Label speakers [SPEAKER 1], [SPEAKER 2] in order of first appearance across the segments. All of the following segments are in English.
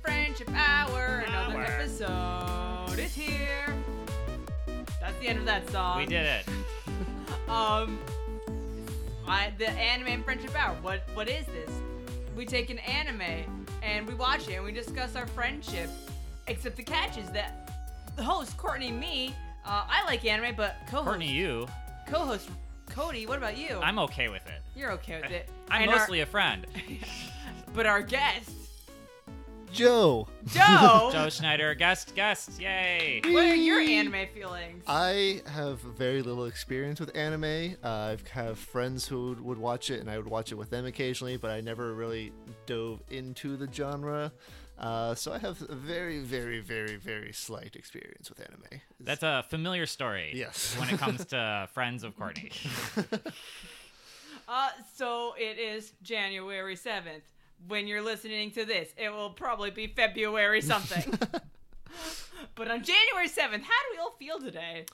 [SPEAKER 1] Friendship Hour. Another
[SPEAKER 2] Hour.
[SPEAKER 1] episode is here. That's the end of that song.
[SPEAKER 2] We did it.
[SPEAKER 1] Um, I, the anime and friendship hour. What what is this? We take an anime and we watch it and we discuss our friendship. Except the catch is that the host Courtney, me, uh, I like anime, but co-host
[SPEAKER 2] Courtney, you.
[SPEAKER 1] co-host Cody. What about you?
[SPEAKER 2] I'm okay with it.
[SPEAKER 1] You're okay with it.
[SPEAKER 2] I'm
[SPEAKER 1] And our-
[SPEAKER 2] mostly a friend.
[SPEAKER 1] but our guest
[SPEAKER 3] Joe.
[SPEAKER 1] Joe.
[SPEAKER 2] Joe Schneider, guest, guest, yay!
[SPEAKER 1] What are your anime feelings?
[SPEAKER 3] I have very little experience with anime. Uh, I've have friends who would- would watch it, and I would watch it with them occasionally, but I never really dove into the genre. Uh, so I have a very, very, very, very slight experience with anime.
[SPEAKER 2] That's a familiar story.
[SPEAKER 3] Yes.
[SPEAKER 2] when it comes to friends of Courtney.
[SPEAKER 1] Uh, so it is January 7th. When you're listening to this, it will probably be February something. but on January 7th, how do we all feel today?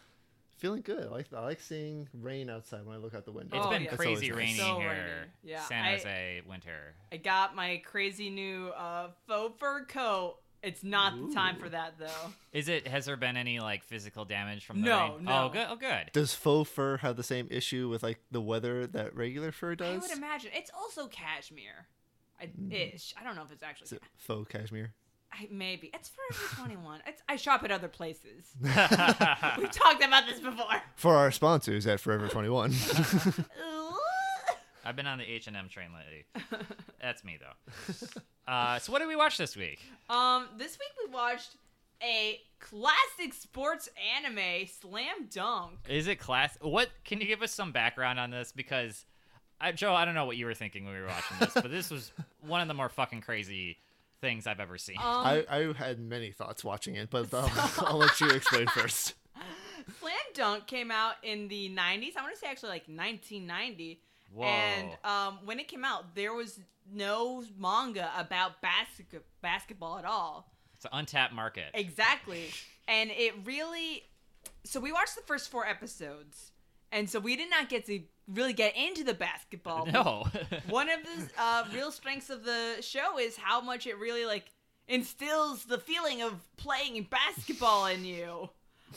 [SPEAKER 3] feeling good. I like I like seeing rain outside when I look out the window.
[SPEAKER 2] It's
[SPEAKER 1] Oh,
[SPEAKER 2] been
[SPEAKER 1] yeah.
[SPEAKER 3] That's always
[SPEAKER 2] crazy
[SPEAKER 3] nice.
[SPEAKER 2] rainy
[SPEAKER 1] So
[SPEAKER 2] here.
[SPEAKER 1] rainy. Yeah,
[SPEAKER 2] San
[SPEAKER 1] I-
[SPEAKER 2] Jose winter.
[SPEAKER 1] I got my crazy new uh, faux fur coat. It's not the time for that, though.
[SPEAKER 2] Is it? Has there been any like physical damage from the
[SPEAKER 1] No,
[SPEAKER 2] rain?
[SPEAKER 1] no.
[SPEAKER 2] Oh, good. Oh, good.
[SPEAKER 3] Does faux fur have the same issue with like the weather that regular fur
[SPEAKER 1] I
[SPEAKER 3] does? Mm.
[SPEAKER 1] would imagine. It's also cashmere. I, ish. I don't know if it's actually.
[SPEAKER 3] Is it faux cashmere?
[SPEAKER 1] I, maybe. It's Forever 21. It's, I shop at other places. We've talked about this before.
[SPEAKER 3] For our sponsors at Forever 21.
[SPEAKER 1] Ooh.
[SPEAKER 2] I've been on the H and M train lately. That's me though. Uh, so what did we watch this week?
[SPEAKER 1] Um, this week we watched a classic sports anime, Slam Dunk.
[SPEAKER 2] Is it class? What can you give us some background on this? Because, I, Joe, I don't know what you were thinking when we were watching this, but this was one of the more fucking crazy things I've ever seen.
[SPEAKER 1] Um,
[SPEAKER 3] I, I had many thoughts watching it, but I'll, I'll let you explain first.
[SPEAKER 1] Slam Dunk came out in the 90s. I want to say actually like 1990.
[SPEAKER 2] Whoa!
[SPEAKER 1] And um, when it came out, there was no manga about basket- basketball at all.
[SPEAKER 2] it's an untapped market.
[SPEAKER 1] Exactly. And it really so we watched the first four episodes. And so we did not get to really get into the basketball.
[SPEAKER 2] no.
[SPEAKER 1] One of the uh, real strengths of the show is how much it really like instills the feeling of playing basketball in you.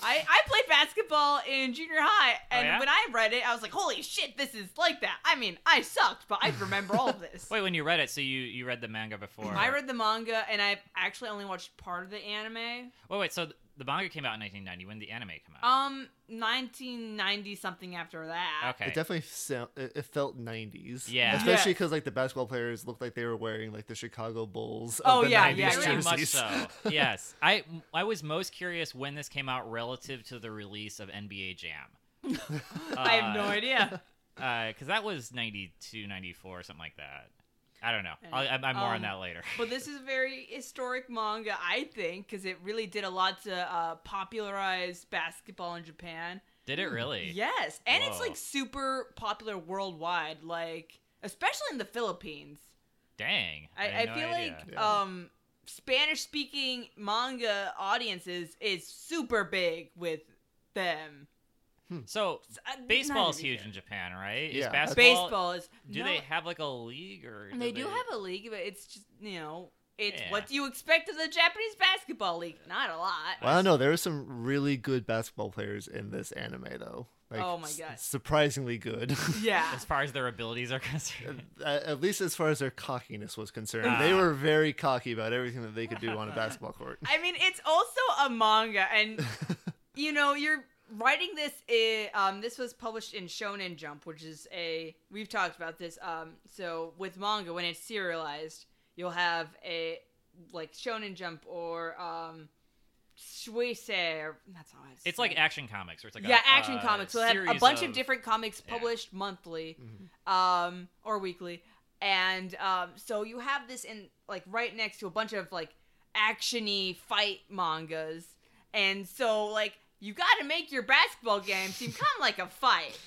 [SPEAKER 1] I, I played basketball in junior high,
[SPEAKER 2] Oh,
[SPEAKER 1] and
[SPEAKER 2] yeah?
[SPEAKER 1] when I read it, I was like, "Holy shit, this is like that." I mean, I sucked, but I remember all of this.
[SPEAKER 2] Wait, when you read it, so you you read the manga before?
[SPEAKER 1] I read the manga, and I actually only watched part of the anime.
[SPEAKER 2] Wait, wait. So th- the manga came out in 1990. When did the anime come out?
[SPEAKER 1] Um, 1990 something after that.
[SPEAKER 2] okay.
[SPEAKER 3] It definitely sound, it, it felt 90s.
[SPEAKER 2] Yeah.
[SPEAKER 3] Especially
[SPEAKER 1] Yes.
[SPEAKER 3] because like the basketball players looked like they were wearing like the Chicago Bulls. Of
[SPEAKER 1] Oh,
[SPEAKER 3] the
[SPEAKER 1] yeah,
[SPEAKER 3] 90s
[SPEAKER 1] yeah,
[SPEAKER 2] Very
[SPEAKER 1] yeah.
[SPEAKER 2] much
[SPEAKER 3] jerseys.
[SPEAKER 2] so. yes. I I was most curious when this came out relative to the release of NBA Jam.
[SPEAKER 1] I have no
[SPEAKER 2] Uh,
[SPEAKER 1] idea.
[SPEAKER 2] because Uh, that was 92 94 something like that i don't know I'll, I'm, I'm more
[SPEAKER 1] Um,
[SPEAKER 2] on that later
[SPEAKER 1] Well, this is a very historic manga, I think, because it really did a lot to uh, popularize basketball in Japan.
[SPEAKER 2] did it really
[SPEAKER 1] Yes, and it's
[SPEAKER 2] Whoa.
[SPEAKER 1] like super popular worldwide, like especially in the Philippines.
[SPEAKER 2] dang
[SPEAKER 1] I, I,
[SPEAKER 2] had no
[SPEAKER 1] feel
[SPEAKER 2] idea.
[SPEAKER 1] like
[SPEAKER 3] Yeah.
[SPEAKER 1] um, Spanish-speaking manga audiences is super big with them.
[SPEAKER 2] so
[SPEAKER 1] S- uh, not
[SPEAKER 2] baseball's
[SPEAKER 1] everything.
[SPEAKER 2] huge in japan right
[SPEAKER 3] Yeah.
[SPEAKER 2] is basketball
[SPEAKER 1] Baseball is
[SPEAKER 2] do
[SPEAKER 1] no,
[SPEAKER 2] they have like a league or
[SPEAKER 1] they do have a league, but it's just you know. It's
[SPEAKER 2] Yeah.
[SPEAKER 1] what do you expect of the Japanese basketball league? Not a lot.
[SPEAKER 3] Well, I don't know. There were some really good basketball players in this anime, though. Like,
[SPEAKER 1] Oh my
[SPEAKER 3] s-
[SPEAKER 1] God.
[SPEAKER 3] surprisingly good.
[SPEAKER 1] Yeah.
[SPEAKER 2] as far as their abilities are concerned
[SPEAKER 3] At at least as far as their cockiness was concerned, they
[SPEAKER 2] Ah.
[SPEAKER 3] were very cocky about everything that they could do on a basketball court.
[SPEAKER 1] I mean, it's also a manga, and you know, you're writing this. i um, this was published in Shonen Jump, which is a we've talked about this. Um, so with manga, when it's serialized, you'll have a like Shonen Jump or um, Shueisei, or that's how I. say
[SPEAKER 2] it's like
[SPEAKER 1] it.
[SPEAKER 2] action comics or it's like
[SPEAKER 1] yeah,
[SPEAKER 2] a,
[SPEAKER 1] Action
[SPEAKER 2] uh,
[SPEAKER 1] Comics. We'll have a
[SPEAKER 2] series
[SPEAKER 1] bunch of, different comics
[SPEAKER 2] yeah.
[SPEAKER 1] published monthly, um, or weekly, and um, so you have this in like right next to a bunch of like actiony fight mangas, and so like you got to make your basketball game seem kind of like a fight,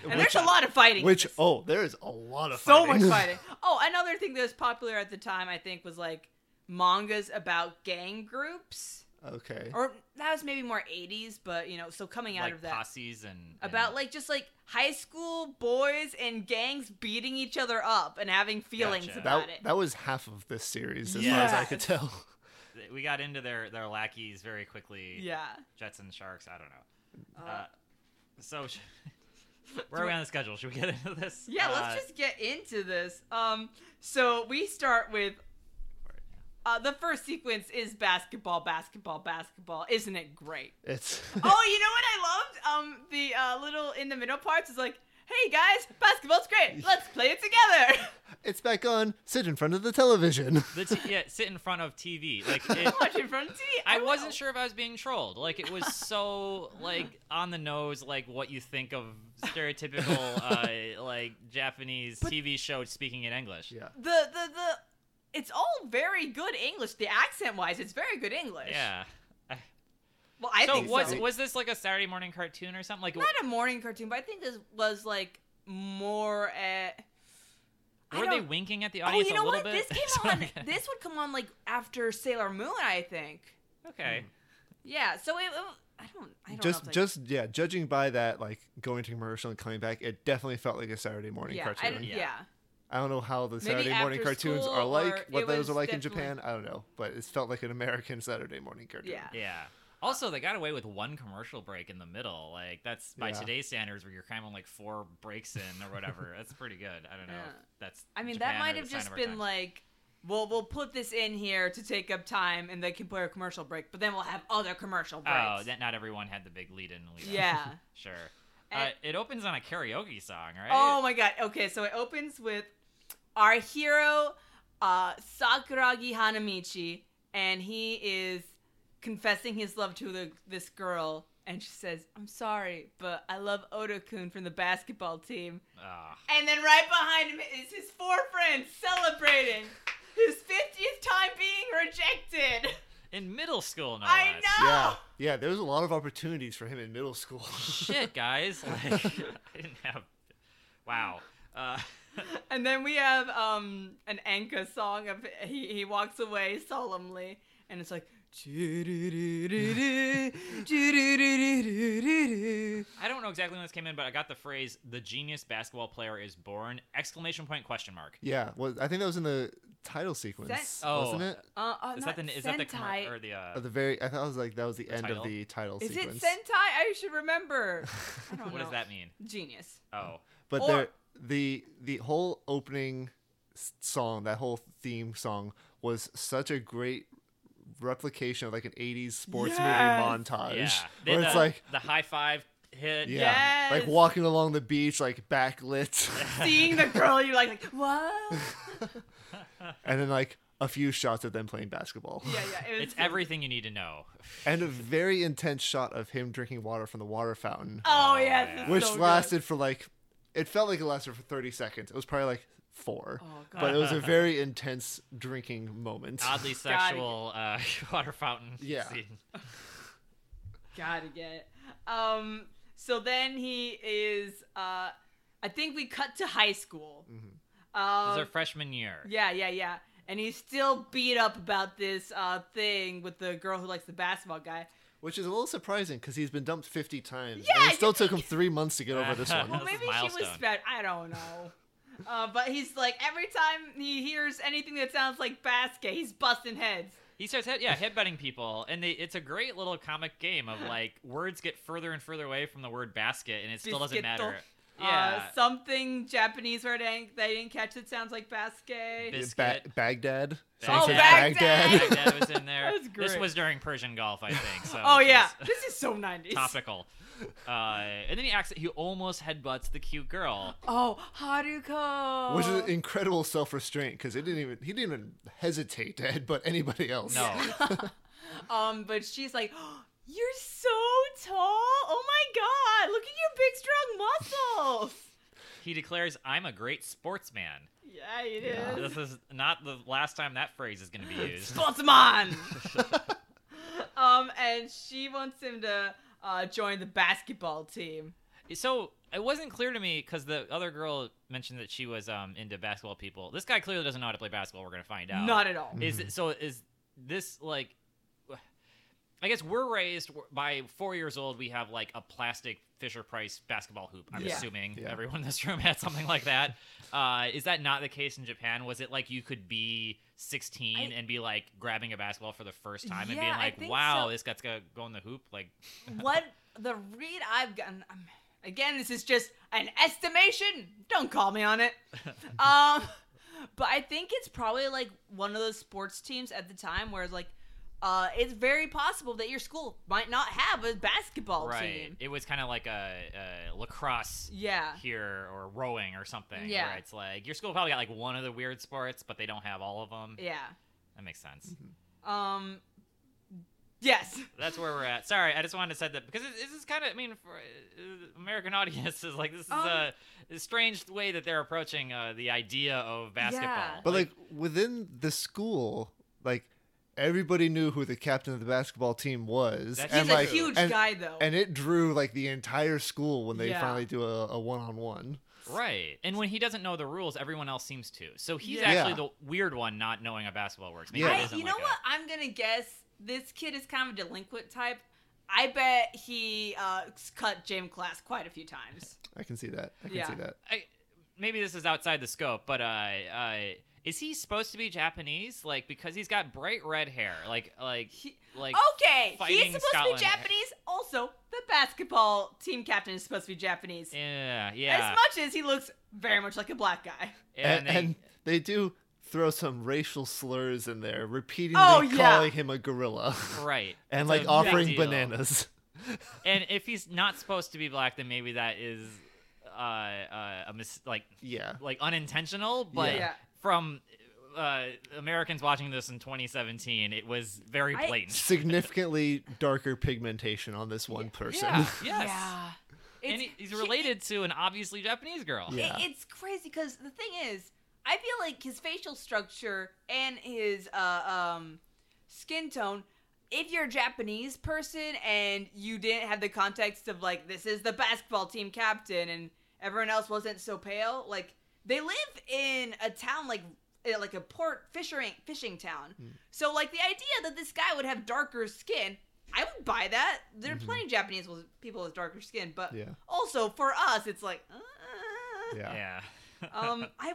[SPEAKER 1] and
[SPEAKER 3] Which-
[SPEAKER 1] there's a lot of fighting. in
[SPEAKER 3] Which
[SPEAKER 1] this.
[SPEAKER 3] oh, there is a lot of
[SPEAKER 1] so
[SPEAKER 3] fighting.
[SPEAKER 1] much fighting. Oh, another thing that was popular at the time, I think, was like mangas about gang groups,
[SPEAKER 3] okay.
[SPEAKER 1] or that was maybe more '80s, but you know, so coming out
[SPEAKER 2] like
[SPEAKER 1] of that
[SPEAKER 2] posses and, and
[SPEAKER 1] about like just like high school boys and gangs beating each other up and having feelings
[SPEAKER 2] Gotcha.
[SPEAKER 1] about
[SPEAKER 3] That
[SPEAKER 1] it.
[SPEAKER 3] that was half of this series, as far as I
[SPEAKER 1] Yes.
[SPEAKER 3] could tell.
[SPEAKER 2] we got into their their lackeys very quickly.
[SPEAKER 1] Yeah.
[SPEAKER 2] Jets and Sharks. I don't know.
[SPEAKER 1] Uh,
[SPEAKER 2] Uh, so sh- where are we on the schedule? Should we get into this?
[SPEAKER 1] yeah,
[SPEAKER 2] Uh,
[SPEAKER 1] let's just get into this. Um, so we start with uh, the first sequence is basketball, basketball, basketball. Isn't it great?
[SPEAKER 3] It's
[SPEAKER 1] oh, you know what I loved? Um, the uh, little in the middle parts is like, hey guys, basketball's great. Let's play it together.
[SPEAKER 3] it's back on. Sit in front of the television.
[SPEAKER 2] the t- yeah, sit in front of TV. Like it,
[SPEAKER 1] Watch it from TV.
[SPEAKER 2] I
[SPEAKER 1] don't
[SPEAKER 2] wasn't
[SPEAKER 1] know.
[SPEAKER 2] sure if I was being trolled. Like it was so like on the nose, like what you think of stereotypical uh, like Japanese TV show speaking in English.
[SPEAKER 3] yeah.
[SPEAKER 1] The the the. It's all very good English. The accent wise, it's very good English.
[SPEAKER 2] Yeah.
[SPEAKER 1] Well, I
[SPEAKER 2] so
[SPEAKER 1] think
[SPEAKER 2] was
[SPEAKER 1] so.
[SPEAKER 2] was this like a Saturday morning cartoon or something? Like
[SPEAKER 1] Not a morning cartoon, but I think this was like more at. I
[SPEAKER 2] were they
[SPEAKER 1] don't-
[SPEAKER 2] winking at the
[SPEAKER 1] Oh,
[SPEAKER 2] audience
[SPEAKER 1] you know
[SPEAKER 2] a little
[SPEAKER 1] what?
[SPEAKER 2] bit?
[SPEAKER 1] This
[SPEAKER 2] That's
[SPEAKER 1] came
[SPEAKER 2] what I'm
[SPEAKER 1] on.
[SPEAKER 2] getting-
[SPEAKER 1] This would come on like after Sailor Moon, I think.
[SPEAKER 2] okay.
[SPEAKER 1] Yeah. So it. it- I don't. I don't
[SPEAKER 3] Just,
[SPEAKER 1] know if, like,
[SPEAKER 3] just yeah. Judging by that, like going to commercial and coming back, it definitely felt like a Saturday morning
[SPEAKER 1] yeah, I
[SPEAKER 3] cartoon.
[SPEAKER 1] don't-
[SPEAKER 2] Yeah.
[SPEAKER 1] yeah.
[SPEAKER 3] I don't know how the
[SPEAKER 1] Maybe
[SPEAKER 3] Saturday morning
[SPEAKER 1] after
[SPEAKER 3] cartoons
[SPEAKER 1] school,
[SPEAKER 3] are
[SPEAKER 1] or
[SPEAKER 3] like,
[SPEAKER 1] it
[SPEAKER 3] what
[SPEAKER 1] was
[SPEAKER 3] those are like in
[SPEAKER 1] definitely-
[SPEAKER 3] Japan. I don't know, but it felt like an American Saturday morning cartoon.
[SPEAKER 1] Yeah.
[SPEAKER 2] Yeah. Also, they got away with one commercial break in the middle. Like that's by
[SPEAKER 3] Yeah.
[SPEAKER 2] today's standards, where you're kind of like four breaks in or whatever. that's pretty good. I don't know.
[SPEAKER 1] Yeah.
[SPEAKER 2] If that's.
[SPEAKER 1] I mean,
[SPEAKER 2] Japan
[SPEAKER 1] that
[SPEAKER 2] or
[SPEAKER 1] might
[SPEAKER 2] the
[SPEAKER 1] have
[SPEAKER 2] sign
[SPEAKER 1] just
[SPEAKER 2] of our
[SPEAKER 1] been
[SPEAKER 2] times.
[SPEAKER 1] like, well, we'll put this in here to take up time, and they can play a commercial break, but then we'll have other commercial breaks.
[SPEAKER 2] Oh, that not everyone had the big lead in. Lead out.
[SPEAKER 1] Yeah.
[SPEAKER 2] sure. Uh,
[SPEAKER 1] And-
[SPEAKER 2] it opens on a karaoke song, right?
[SPEAKER 1] Oh my god. Okay, so it opens with our hero, uh, Sakuragi Hanamichi, and he is confessing his love to the, this girl, and she says, I'm sorry, but I love Otakun from the basketball team.
[SPEAKER 2] Ah.
[SPEAKER 1] And then right behind him is his four friends celebrating his 50th time being rejected.
[SPEAKER 2] in middle school, no
[SPEAKER 1] I
[SPEAKER 2] less.
[SPEAKER 1] know.
[SPEAKER 3] Yeah,
[SPEAKER 1] Oh!
[SPEAKER 3] yeah. There was a lot of opportunities for him in middle school.
[SPEAKER 2] Shit, guys. Like, I didn't have. Wow. Uh,
[SPEAKER 1] And then we have um an Anka song of he he walks away solemnly and it's like yeah
[SPEAKER 2] I don't know exactly when this came in, but I got the phrase "the genius basketball player is born!" Exclamation point? Question mark.
[SPEAKER 3] yeah, well, I think that was in the title sequence,
[SPEAKER 1] Sen-
[SPEAKER 2] Oh.
[SPEAKER 3] wasn't it?
[SPEAKER 1] uh, uh,
[SPEAKER 2] Is
[SPEAKER 1] not
[SPEAKER 2] that the is that the
[SPEAKER 1] Sentai.
[SPEAKER 2] commer- or the uh,
[SPEAKER 3] At the very, I thought it was like that was the,
[SPEAKER 2] The
[SPEAKER 3] end
[SPEAKER 2] title?
[SPEAKER 3] of the title
[SPEAKER 1] Is it
[SPEAKER 3] sequence.
[SPEAKER 1] Sentai? I should remember. I don't
[SPEAKER 2] what
[SPEAKER 1] know.
[SPEAKER 2] does that mean?
[SPEAKER 1] Genius.
[SPEAKER 2] Oh,
[SPEAKER 3] but
[SPEAKER 1] or-
[SPEAKER 3] there, the the whole opening s- song, that whole theme song, was such a great replication of like an '80s sports
[SPEAKER 1] Yes!
[SPEAKER 3] movie montage,
[SPEAKER 2] yeah.
[SPEAKER 3] where
[SPEAKER 2] the,
[SPEAKER 3] Uh, it's like,
[SPEAKER 2] the high five hit.
[SPEAKER 3] yeah,
[SPEAKER 1] Yes!
[SPEAKER 3] like walking along the beach, like backlit,
[SPEAKER 1] Seeing the girl, you're like, like what?
[SPEAKER 3] and then like a few shots of them playing basketball.
[SPEAKER 1] Yeah, yeah. It was
[SPEAKER 2] It's everything you need to know.
[SPEAKER 3] and a very intense shot of him drinking water from the water fountain,
[SPEAKER 1] Oh
[SPEAKER 2] Oh,
[SPEAKER 1] yes.
[SPEAKER 2] yeah.
[SPEAKER 1] it's
[SPEAKER 3] which
[SPEAKER 1] so good.
[SPEAKER 3] lasted for like, it felt like it lasted for 30 seconds. It was probably like four,
[SPEAKER 1] Oh, God. Ah,
[SPEAKER 3] but it was a very intense drinking moment.
[SPEAKER 2] Oddly sexual uh, water fountain.
[SPEAKER 3] Yeah.
[SPEAKER 2] Scene.
[SPEAKER 1] Gotta get it. Um, so then he is. Uh, I think we cut to high school.
[SPEAKER 3] Mm-hmm.
[SPEAKER 2] This is
[SPEAKER 1] Um,
[SPEAKER 2] our freshman year.
[SPEAKER 1] yeah, yeah, yeah. And he's still beat up about this uh, thing with the girl who likes the basketball guy.
[SPEAKER 3] Which is a little surprising because he's been dumped 50 times.
[SPEAKER 1] Yeah,
[SPEAKER 3] and
[SPEAKER 1] you
[SPEAKER 3] it still took him three months to get over this
[SPEAKER 2] Well,
[SPEAKER 3] one.
[SPEAKER 1] Well,
[SPEAKER 2] This is
[SPEAKER 1] maybe she was
[SPEAKER 2] milestone.
[SPEAKER 1] spent. I don't know. Uh, but he's like every time he hears anything that sounds like basket, he's busting heads.
[SPEAKER 2] He starts, head, yeah, headbutting people, and they, it's a great little comic game of like words get further and further away from the word basket, and it still doesn't matter.
[SPEAKER 1] Uh,
[SPEAKER 2] Yeah,
[SPEAKER 1] something Japanese word I didn't- they didn't catch that sounds like basket.
[SPEAKER 2] Bis-
[SPEAKER 3] Ba-
[SPEAKER 2] Biscuit.
[SPEAKER 3] Baghdad.
[SPEAKER 2] Oh,
[SPEAKER 1] Baghdad!
[SPEAKER 2] that was in there.
[SPEAKER 1] That's
[SPEAKER 2] This
[SPEAKER 1] great.
[SPEAKER 2] was during Persian Gulf, I think. So
[SPEAKER 1] oh
[SPEAKER 2] it
[SPEAKER 1] yeah,
[SPEAKER 2] was
[SPEAKER 1] this is so 90s.
[SPEAKER 2] topical. Uh, and then he acts, he almost headbutts the cute girl.
[SPEAKER 1] Oh, Haruko.
[SPEAKER 3] Which is incredible self-restraint because it didn't even he didn't even hesitate to headbutt anybody else.
[SPEAKER 2] No,
[SPEAKER 1] um, but she's like, "Oh, "You're so tall! Oh my god! Look at your big strong muscles!"
[SPEAKER 2] he declares, "I'm a great sportsman."
[SPEAKER 1] yeah, it
[SPEAKER 3] Yeah.
[SPEAKER 1] is.
[SPEAKER 2] This is not the last time that phrase is going to be used.
[SPEAKER 1] Sportsman. um, and she wants him to uh, join the basketball team.
[SPEAKER 2] So it wasn't clear to me because the other girl mentioned that she was um, into basketball people. This guy clearly doesn't know how to play basketball. We're gonna find out.
[SPEAKER 1] Not at all.
[SPEAKER 2] Is it, so is this like? I guess we're raised w- by four years old. We have like a plastic Fisher Price basketball hoop. I'm
[SPEAKER 1] Yeah.
[SPEAKER 2] assuming
[SPEAKER 3] Yeah.
[SPEAKER 2] everyone in this room had something like that. Uh, is that not the case in Japan? Was it like you could be 16
[SPEAKER 1] I-
[SPEAKER 2] and be like grabbing a basketball for the first time and
[SPEAKER 1] Yeah,
[SPEAKER 2] being
[SPEAKER 1] I
[SPEAKER 2] like,
[SPEAKER 1] think
[SPEAKER 2] "Wow,
[SPEAKER 1] so.
[SPEAKER 2] this guy's gonna go in the hoop." Like,
[SPEAKER 1] what the read I've gotten. Um, again, this is just an estimation. Don't call me on it. Um, but I think it's probably like one of those sports teams at the time where it's like, uh, it's very possible that your school might not have a basketball
[SPEAKER 2] right?
[SPEAKER 1] team.
[SPEAKER 2] It was kind of like a, a lacrosse
[SPEAKER 1] Yeah.
[SPEAKER 2] here or rowing or something.
[SPEAKER 1] Yeah.
[SPEAKER 2] where it's like your school probably got like one of the weird sports, but they don't have all of them.
[SPEAKER 1] Yeah.
[SPEAKER 2] That makes sense.
[SPEAKER 1] Um. Yes.
[SPEAKER 2] That's where we're at. Sorry, I just wanted to say that because it- this is kind of, I mean, for uh, American audiences, like this is
[SPEAKER 1] Um,
[SPEAKER 2] a, a strange way that they're approaching uh, the idea of basketball.
[SPEAKER 1] Yeah.
[SPEAKER 3] But like within the school, like everybody knew who the captain of the basketball team was.
[SPEAKER 2] That's
[SPEAKER 1] He's
[SPEAKER 3] and
[SPEAKER 1] a
[SPEAKER 3] like
[SPEAKER 1] huge
[SPEAKER 3] and,
[SPEAKER 1] guy, though.
[SPEAKER 3] and it drew like the entire school when they
[SPEAKER 1] Yeah.
[SPEAKER 3] finally do a, a one-on-one.
[SPEAKER 2] right, and when he doesn't know the rules, everyone else seems to. So he's
[SPEAKER 1] Yeah.
[SPEAKER 2] actually
[SPEAKER 3] Yeah.
[SPEAKER 2] the weird one not knowing how basketball works. Maybe
[SPEAKER 3] Yeah.
[SPEAKER 2] it
[SPEAKER 1] I,
[SPEAKER 2] isn't
[SPEAKER 1] you know
[SPEAKER 2] like a-
[SPEAKER 1] what? i am I'm gonna guess this kid is kind of a delinquent type. I bet he uh, cut gym class quite a few times.
[SPEAKER 3] I can see that. I can
[SPEAKER 1] Yeah.
[SPEAKER 3] see that.
[SPEAKER 2] I, maybe this is outside the scope, but uh, uh, is he supposed to be Japanese? Like because he's got bright red hair, like like
[SPEAKER 1] He-
[SPEAKER 2] like
[SPEAKER 1] okay, he's
[SPEAKER 2] fighting
[SPEAKER 1] supposed
[SPEAKER 2] Scotland.
[SPEAKER 1] to be Japanese. Also, the basketball team captain is supposed to be Japanese.
[SPEAKER 2] yeah
[SPEAKER 1] As
[SPEAKER 2] yeah.
[SPEAKER 1] much as he looks very much like a black guy.
[SPEAKER 3] And,
[SPEAKER 2] they-
[SPEAKER 3] and they do throw some racial slurs in there, repeatedly
[SPEAKER 1] Oh, yeah.
[SPEAKER 3] calling him a gorilla
[SPEAKER 2] right
[SPEAKER 3] and
[SPEAKER 2] It's a
[SPEAKER 3] like
[SPEAKER 2] big
[SPEAKER 3] offering
[SPEAKER 2] deal.
[SPEAKER 3] bananas.
[SPEAKER 2] and if he's not supposed to be black, then maybe that is uh, uh, a mis- like
[SPEAKER 3] Yeah.
[SPEAKER 2] like unintentional. But
[SPEAKER 1] Yeah.
[SPEAKER 2] from uh, Americans watching this in 2017, it was very
[SPEAKER 1] I-
[SPEAKER 2] blatant.
[SPEAKER 3] Significantly darker pigmentation on this one person.
[SPEAKER 2] Yeah, yes.
[SPEAKER 1] Yeah.
[SPEAKER 2] And
[SPEAKER 1] It's-
[SPEAKER 2] he- he's related to an obviously Japanese girl.
[SPEAKER 3] Yeah.
[SPEAKER 1] It, it's crazy because the thing is, I feel like his facial structure and his uh, um, skin tone. If you're a Japanese person and you didn't have the context of like this is the basketball team captain and everyone else wasn't so pale, like they live in a town like eh, like a port fishing fishing town.
[SPEAKER 3] Hmm.
[SPEAKER 1] So like the idea that this guy would have darker skin, I would buy that. There are
[SPEAKER 3] Mhm.
[SPEAKER 1] plenty of Japanese with- people with darker skin, but
[SPEAKER 3] Yeah.
[SPEAKER 1] also for us it's like uh,
[SPEAKER 3] Yeah.
[SPEAKER 2] Yeah.
[SPEAKER 1] um i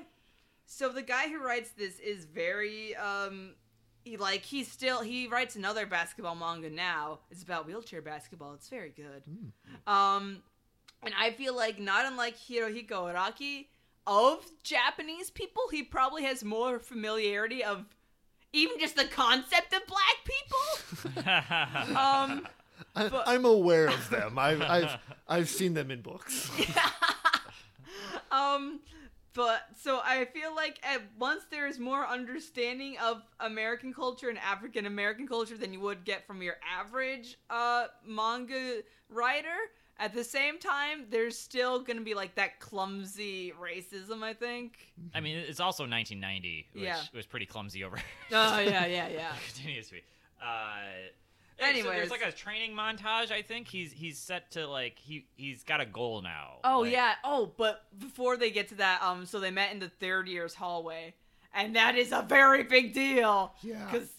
[SPEAKER 1] so the guy who writes this is very um he like he's still he writes another basketball manga now it's about wheelchair basketball it's very good um and i feel like not unlike hirohiko araki of japanese people he probably has more familiarity of even just the concept of black people um
[SPEAKER 3] I,
[SPEAKER 1] But-
[SPEAKER 3] I'm aware of them. I've, I've I've seen them in books.
[SPEAKER 1] um but so i feel like at once there is more understanding of american culture and african american culture than you would get from your average uh manga writer at the same time there's still gonna be like that clumsy racism i think
[SPEAKER 2] I mean, it's also 1990, which
[SPEAKER 1] Yeah.
[SPEAKER 2] was pretty clumsy over
[SPEAKER 1] oh yeah yeah yeah
[SPEAKER 2] continues to be. Uh, anyway, so
[SPEAKER 1] Anyways.
[SPEAKER 2] there's like a training montage. I think he's he's set to like he he's got a goal now.
[SPEAKER 1] oh
[SPEAKER 2] Like,
[SPEAKER 1] yeah oh but before they get to that um so they met in the third year's hallway and that is a very big deal
[SPEAKER 3] Yeah.
[SPEAKER 1] because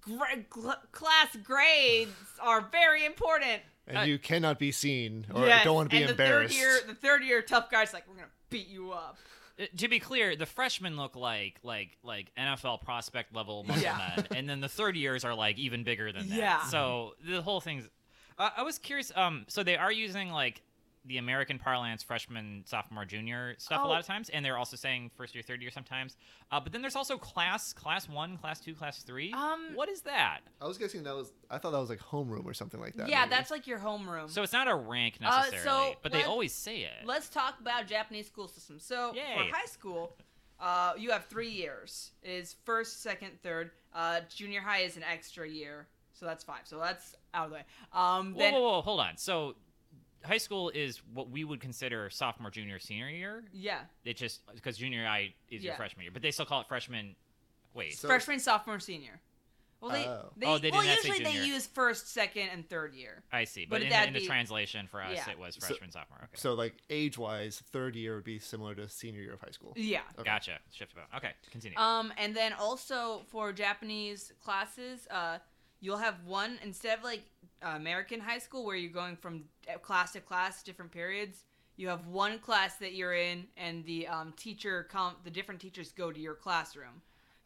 [SPEAKER 1] gra- gl- class grades are very important.
[SPEAKER 3] And
[SPEAKER 2] Uh,
[SPEAKER 3] you cannot be seen or don't want to be
[SPEAKER 1] and
[SPEAKER 3] embarrassed.
[SPEAKER 1] The third year, the third year tough guy's like, we're gonna beat you up.
[SPEAKER 2] Uh, To be clear, the freshmen look like like like NFL prospect level muscle
[SPEAKER 1] Yeah.
[SPEAKER 2] men, and then the third years are like even bigger than that.
[SPEAKER 1] Yeah.
[SPEAKER 2] So the whole thing's. Uh, I was curious. Um, so they are using like the American parlance, freshman, sophomore, junior stuff a
[SPEAKER 1] Oh.
[SPEAKER 2] lot of times, and they're also saying first year, third year sometimes. Uh, but then there's also class, class one, class two, class three.
[SPEAKER 1] Um,
[SPEAKER 2] what is that?
[SPEAKER 3] I was guessing that was I thought that was like homeroom or something like that.
[SPEAKER 1] yeah,
[SPEAKER 3] maybe.
[SPEAKER 1] that's like your homeroom.
[SPEAKER 2] So it's not a rank
[SPEAKER 1] Uh, so
[SPEAKER 2] necessarily, but they
[SPEAKER 1] let's-
[SPEAKER 2] always say it.
[SPEAKER 1] let's talk about Japanese school system. So
[SPEAKER 2] Yay.
[SPEAKER 1] for high school, uh, you have three years: It is first, second, third. Uh, junior high is an extra year, so that's five. So that's out of the way. Um,
[SPEAKER 2] Whoa,
[SPEAKER 1] then
[SPEAKER 2] whoa, whoa, hold on. So high school is what we would consider sophomore, junior, senior year.
[SPEAKER 1] yeah,
[SPEAKER 2] It just because junior high is your
[SPEAKER 1] Yeah.
[SPEAKER 2] freshman year, but they still call it freshman. Wait,
[SPEAKER 3] So-
[SPEAKER 1] freshman, sophomore, senior. Well, they,
[SPEAKER 3] Oh.
[SPEAKER 1] they,
[SPEAKER 2] Oh, they
[SPEAKER 1] well
[SPEAKER 2] didn't say
[SPEAKER 1] usually they
[SPEAKER 2] junior.
[SPEAKER 1] use first, second, and third year.
[SPEAKER 2] I see.
[SPEAKER 1] but
[SPEAKER 2] But, in, the,
[SPEAKER 1] that'd
[SPEAKER 2] in the
[SPEAKER 1] be-
[SPEAKER 2] translation for us,
[SPEAKER 1] yeah.
[SPEAKER 2] it was
[SPEAKER 3] So-
[SPEAKER 2] freshman, sophomore. Okay,
[SPEAKER 3] So like age wise, third year would be similar to senior year of high school.
[SPEAKER 1] Yeah.
[SPEAKER 3] okay.
[SPEAKER 2] gotcha. Shift about. Okay, continue.
[SPEAKER 1] Um, and then also for Japanese classes, uh, you'll have one instead of like uh, American high school where you're going from class to class, different periods. You have one class that you're in, and the um, teacher, com- the different teachers go to your classroom,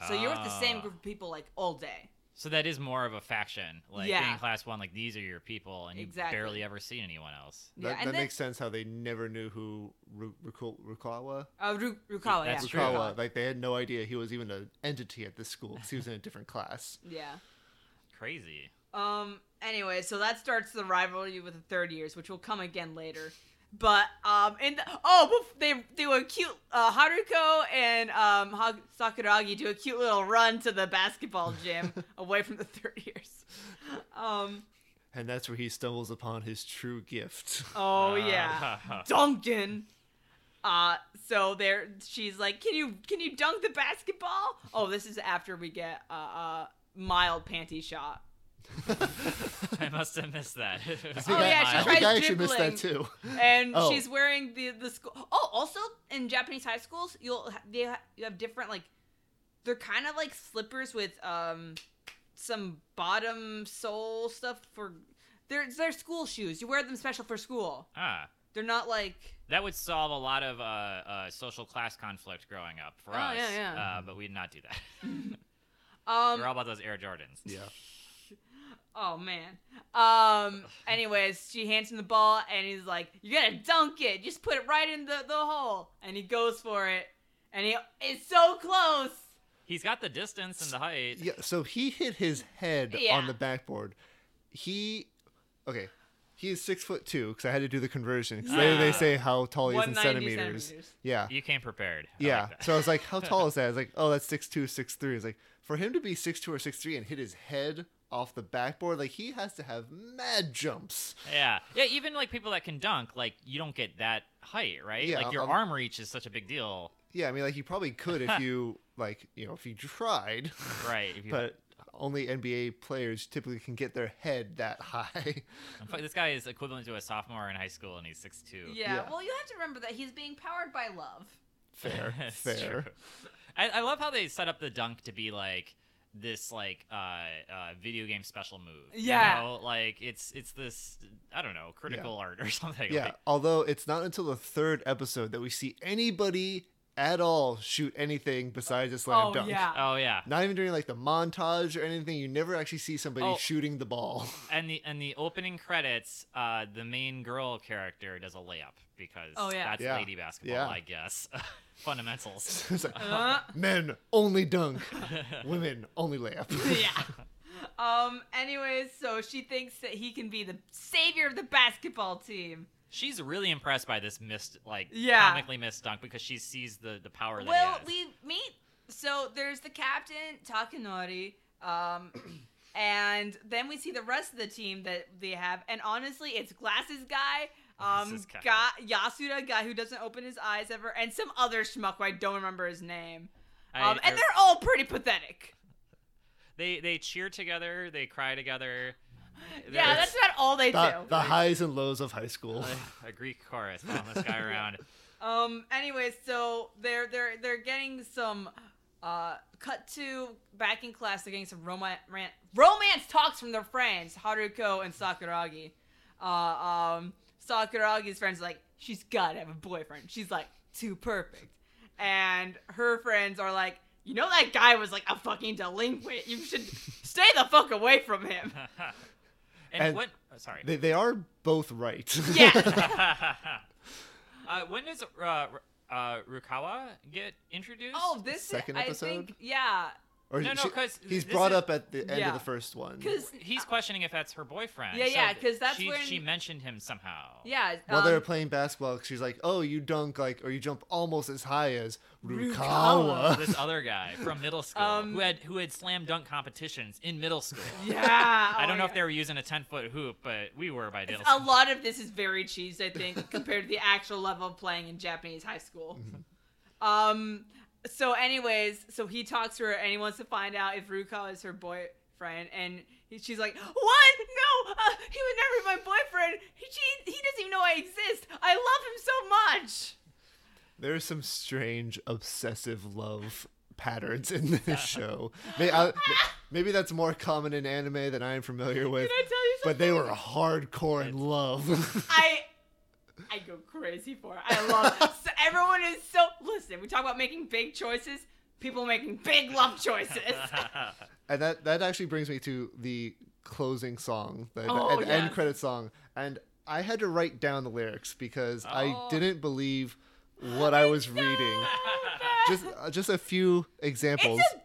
[SPEAKER 1] so you're with the same
[SPEAKER 2] Ah.
[SPEAKER 1] group of people like all day.
[SPEAKER 2] So that is more of a faction, like
[SPEAKER 1] Yeah.
[SPEAKER 2] being class one. Like these are your people, and you
[SPEAKER 1] Exactly.
[SPEAKER 2] barely ever seen anyone else.
[SPEAKER 3] That,
[SPEAKER 1] and
[SPEAKER 3] that
[SPEAKER 1] then-
[SPEAKER 3] makes sense how they never knew who Ru- Rukul- Rukawa.
[SPEAKER 1] Uh, Ru- Rukawa,
[SPEAKER 2] That's
[SPEAKER 1] yeah.
[SPEAKER 2] true.
[SPEAKER 3] Rukawa, like they had no idea he was even an entity at this school. 'cause He was in a different class.
[SPEAKER 1] Yeah.
[SPEAKER 2] Crazy.
[SPEAKER 1] Um. Anyway, so that starts the rivalry with the third years, which will come again later. But um, and the, oh, bef- they do a cute uh, Haruko and um ha- Sakuragi do a cute little run to the basketball gym away from the third years. Um.
[SPEAKER 3] And that's where he stumbles upon his true gift.
[SPEAKER 1] Oh
[SPEAKER 2] Uh,
[SPEAKER 1] yeah, Duncan. Uh. So there, she's like, "Can you can you dunk the basketball?" Oh, this is after we get a uh, uh, mild panty shot.
[SPEAKER 2] I must have missed that.
[SPEAKER 1] Oh,
[SPEAKER 3] I,
[SPEAKER 1] yeah, she
[SPEAKER 3] I
[SPEAKER 2] Miles.
[SPEAKER 1] tried
[SPEAKER 3] think I actually missed that
[SPEAKER 1] dribbling.
[SPEAKER 3] too.
[SPEAKER 1] and
[SPEAKER 3] Oh.
[SPEAKER 1] she's wearing the the school. Oh, also in Japanese high schools, you'll ha- they ha- you have different like they're kind of like slippers with um some bottom sole stuff for they're they're school shoes. You wear them special for school.
[SPEAKER 2] Ah,
[SPEAKER 1] They're not like
[SPEAKER 2] that would solve a lot of uh, uh, social class conflict growing up for
[SPEAKER 1] Oh,
[SPEAKER 2] us.
[SPEAKER 1] yeah, Um, yeah.
[SPEAKER 2] Uh, but we did not do that.
[SPEAKER 1] um
[SPEAKER 2] We're all about those Air Jordans.
[SPEAKER 3] Yeah.
[SPEAKER 1] oh man. Um anyways, she hands him the ball and he's like, "You got to dunk it. Just put it right in the the hole." And he goes for it. And he is so close.
[SPEAKER 2] He's got the distance and the height.
[SPEAKER 3] Yeah, so he hit his head
[SPEAKER 1] Yeah.
[SPEAKER 3] on the backboard. He, okay, he is six foot two because I had to do the conversion. 'cause later they
[SPEAKER 2] Ah.
[SPEAKER 3] say how tall Oh, he is in
[SPEAKER 1] 190
[SPEAKER 3] centimeters.
[SPEAKER 1] centimeters.
[SPEAKER 3] Yeah,
[SPEAKER 2] You came prepared. I
[SPEAKER 3] yeah.
[SPEAKER 2] like that.
[SPEAKER 3] so I was like, how tall is that? I was like, oh, that's six two, six three. It's like for him to be six two or six three and hit his head off the backboard, like he has to have mad jumps.
[SPEAKER 2] Yeah, yeah. Even like people that can dunk, like you don't get that height, right?
[SPEAKER 3] Yeah,
[SPEAKER 2] like your
[SPEAKER 3] um,
[SPEAKER 2] arm reach is such a big deal,
[SPEAKER 3] Yeah, I mean, like he probably could if you like, you know, if you tried,
[SPEAKER 2] right? If you,
[SPEAKER 3] but. Only NBA players typically can get their head that high.
[SPEAKER 2] In fact, this guy is equivalent to a sophomore in high school, and he's six two.
[SPEAKER 1] Yeah,
[SPEAKER 3] Yeah.
[SPEAKER 1] Well, you have to remember that he's being powered by love.
[SPEAKER 3] Fair, fair.
[SPEAKER 2] I, I love how they set up the dunk to be like this like uh, uh video game special move. you
[SPEAKER 1] Yeah.
[SPEAKER 2] know? like it's it's this I don't know critical art or something.
[SPEAKER 3] Yeah,
[SPEAKER 2] like-
[SPEAKER 3] although it's not until the third episode that we see anybody at all shoot anything besides a slam
[SPEAKER 1] oh
[SPEAKER 3] dunk.
[SPEAKER 1] yeah.
[SPEAKER 2] oh yeah.
[SPEAKER 3] Not even during like the montage or anything, you never actually see somebody
[SPEAKER 2] Oh.
[SPEAKER 3] shooting the ball.
[SPEAKER 2] And the and the opening credits, uh, the main girl character does a layup because
[SPEAKER 1] Oh, yeah.
[SPEAKER 2] that's
[SPEAKER 3] Yeah.
[SPEAKER 2] lady basketball,
[SPEAKER 3] Yeah.
[SPEAKER 2] I guess. Fundamentals.
[SPEAKER 3] It's like,
[SPEAKER 1] Uh,
[SPEAKER 3] Men only dunk, women only layup.
[SPEAKER 1] yeah. Um. Anyways, so she thinks that he can be the savior of the basketball team.
[SPEAKER 2] She's really impressed by this missed, like,
[SPEAKER 1] Yeah.
[SPEAKER 2] comically missed dunk because she sees the the power that
[SPEAKER 1] Well,
[SPEAKER 2] he has.
[SPEAKER 1] we meet. So there's the captain Takanori. Um. And then we see the rest of the team that they have, and honestly, it's glasses guy, um,
[SPEAKER 2] Glasses guy.
[SPEAKER 1] guy, Yasuda guy who doesn't open his eyes ever, and some other schmuck who I don't remember his name.
[SPEAKER 2] I- er
[SPEAKER 1] Um,
[SPEAKER 2] I-
[SPEAKER 1] and they're all pretty pathetic.
[SPEAKER 2] they they cheer together, they cry together.
[SPEAKER 1] Yeah, that's about all they
[SPEAKER 3] the,
[SPEAKER 1] do.
[SPEAKER 3] the highs and lows of high school.
[SPEAKER 2] a, a Greek chorus on this guy around.
[SPEAKER 1] Um. Anyways, so they're they're they're getting some uh cut to back in class. They're getting some romance romance talks from their friends Haruko and Sakuragi. Uh, um, Sakuragi's friends are like she's got to have a boyfriend. She's like too perfect, and her friends are like. You know that guy was like a fucking delinquent. You should stay the fuck away from him.
[SPEAKER 2] and,
[SPEAKER 3] And
[SPEAKER 2] when oh, sorry.
[SPEAKER 3] They, they are both right.
[SPEAKER 1] Yeah.
[SPEAKER 2] uh, when does uh, R- uh, Rukawa get introduced?
[SPEAKER 1] Oh, this
[SPEAKER 3] Second
[SPEAKER 1] I
[SPEAKER 3] episode?
[SPEAKER 1] think yeah.
[SPEAKER 3] Or
[SPEAKER 2] No, no, 'cause this
[SPEAKER 3] he's brought
[SPEAKER 2] is-
[SPEAKER 3] up at the end
[SPEAKER 1] Yeah.
[SPEAKER 3] of the first one.
[SPEAKER 1] 'Cause-
[SPEAKER 2] he's questioning if that's her boyfriend.
[SPEAKER 1] Uh, Yeah,
[SPEAKER 2] so
[SPEAKER 1] yeah, 'cause that's
[SPEAKER 2] she,
[SPEAKER 1] when-
[SPEAKER 2] she mentioned him somehow.
[SPEAKER 1] Yeah.
[SPEAKER 3] While they
[SPEAKER 1] um,
[SPEAKER 3] were playing basketball, 'cause she's like, "Oh, you dunk like, or you jump almost as high as
[SPEAKER 1] Rukawa."
[SPEAKER 3] Rukawa."
[SPEAKER 2] This other guy from middle school
[SPEAKER 1] Um,
[SPEAKER 2] who had who had slam dunk competitions in middle school.
[SPEAKER 1] Yeah.
[SPEAKER 2] I
[SPEAKER 1] oh,
[SPEAKER 2] don't know
[SPEAKER 1] yeah.
[SPEAKER 2] if they were using a ten foot hoop, but we were by middle
[SPEAKER 1] A
[SPEAKER 2] school.
[SPEAKER 1] lot of this is very cheesed, I think, compared to the actual level of playing in Japanese high school.
[SPEAKER 3] Mm-hmm.
[SPEAKER 1] Um. So, anyways, so he talks to her and he wants to find out if Ruko is her boyfriend, and he- she's like, "What? No, uh, he would never be my boyfriend. He, she, he doesn't even know I exist. I love him so much."
[SPEAKER 3] There's some strange obsessive love patterns in this show. May- I- Maybe that's more common in anime than I am familiar with.
[SPEAKER 1] I tell you
[SPEAKER 3] But they were hardcore in love.
[SPEAKER 1] I I go crazy for it. I love it. So everyone is so listen, we talk about making big choices, people making big love choices.
[SPEAKER 3] and that that actually brings me to the closing song, the, the-
[SPEAKER 1] Oh,
[SPEAKER 3] the end
[SPEAKER 1] yes.
[SPEAKER 3] credit song, and I had to write down the lyrics because I
[SPEAKER 2] Oh.
[SPEAKER 3] didn't believe what I was reading. Just uh, just a few examples.
[SPEAKER 1] it's a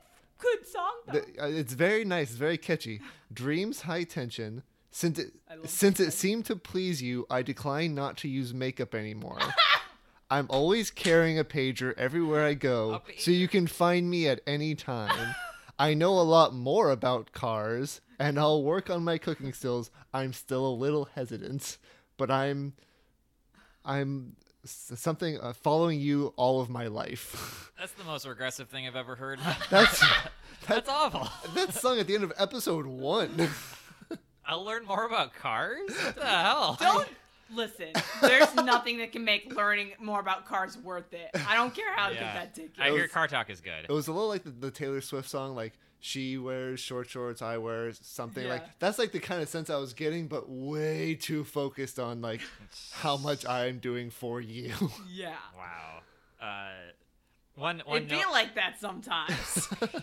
[SPEAKER 1] good song though.
[SPEAKER 3] The- uh, it's very nice. It's very catchy. Dreams high tension. Since it,
[SPEAKER 1] I love
[SPEAKER 3] since it seemed to please you, I decline not to use makeup anymore. I'm always carrying a pager everywhere I go,
[SPEAKER 1] A
[SPEAKER 3] so you can find me at any time. I know a lot more about cars, and I'll work on my cooking skills. I'm still a little hesitant, but I'm, I'm s- something uh, following you all of my life.
[SPEAKER 2] That's the most regressive thing I've ever heard.
[SPEAKER 3] That's
[SPEAKER 2] That's awful.
[SPEAKER 3] that's sung at the end of episode one.
[SPEAKER 2] I'll learn more about cars? What the hell?
[SPEAKER 1] Don't listen. There's nothing that can make learning more about cars worth it. I don't care how
[SPEAKER 2] Yeah.
[SPEAKER 1] good that ticket.
[SPEAKER 2] I hear
[SPEAKER 3] Those-
[SPEAKER 2] car talk is good.
[SPEAKER 3] It was a little like the, the Taylor Swift song, like she wears short shorts, I wear something
[SPEAKER 1] Yeah.
[SPEAKER 3] like that's like the kind of sense I was getting, but way too focused on like how much I'm doing for you.
[SPEAKER 1] yeah.
[SPEAKER 2] Wow. Uh, one one
[SPEAKER 1] It'd be
[SPEAKER 2] note-
[SPEAKER 1] like that sometimes.
[SPEAKER 2] That's so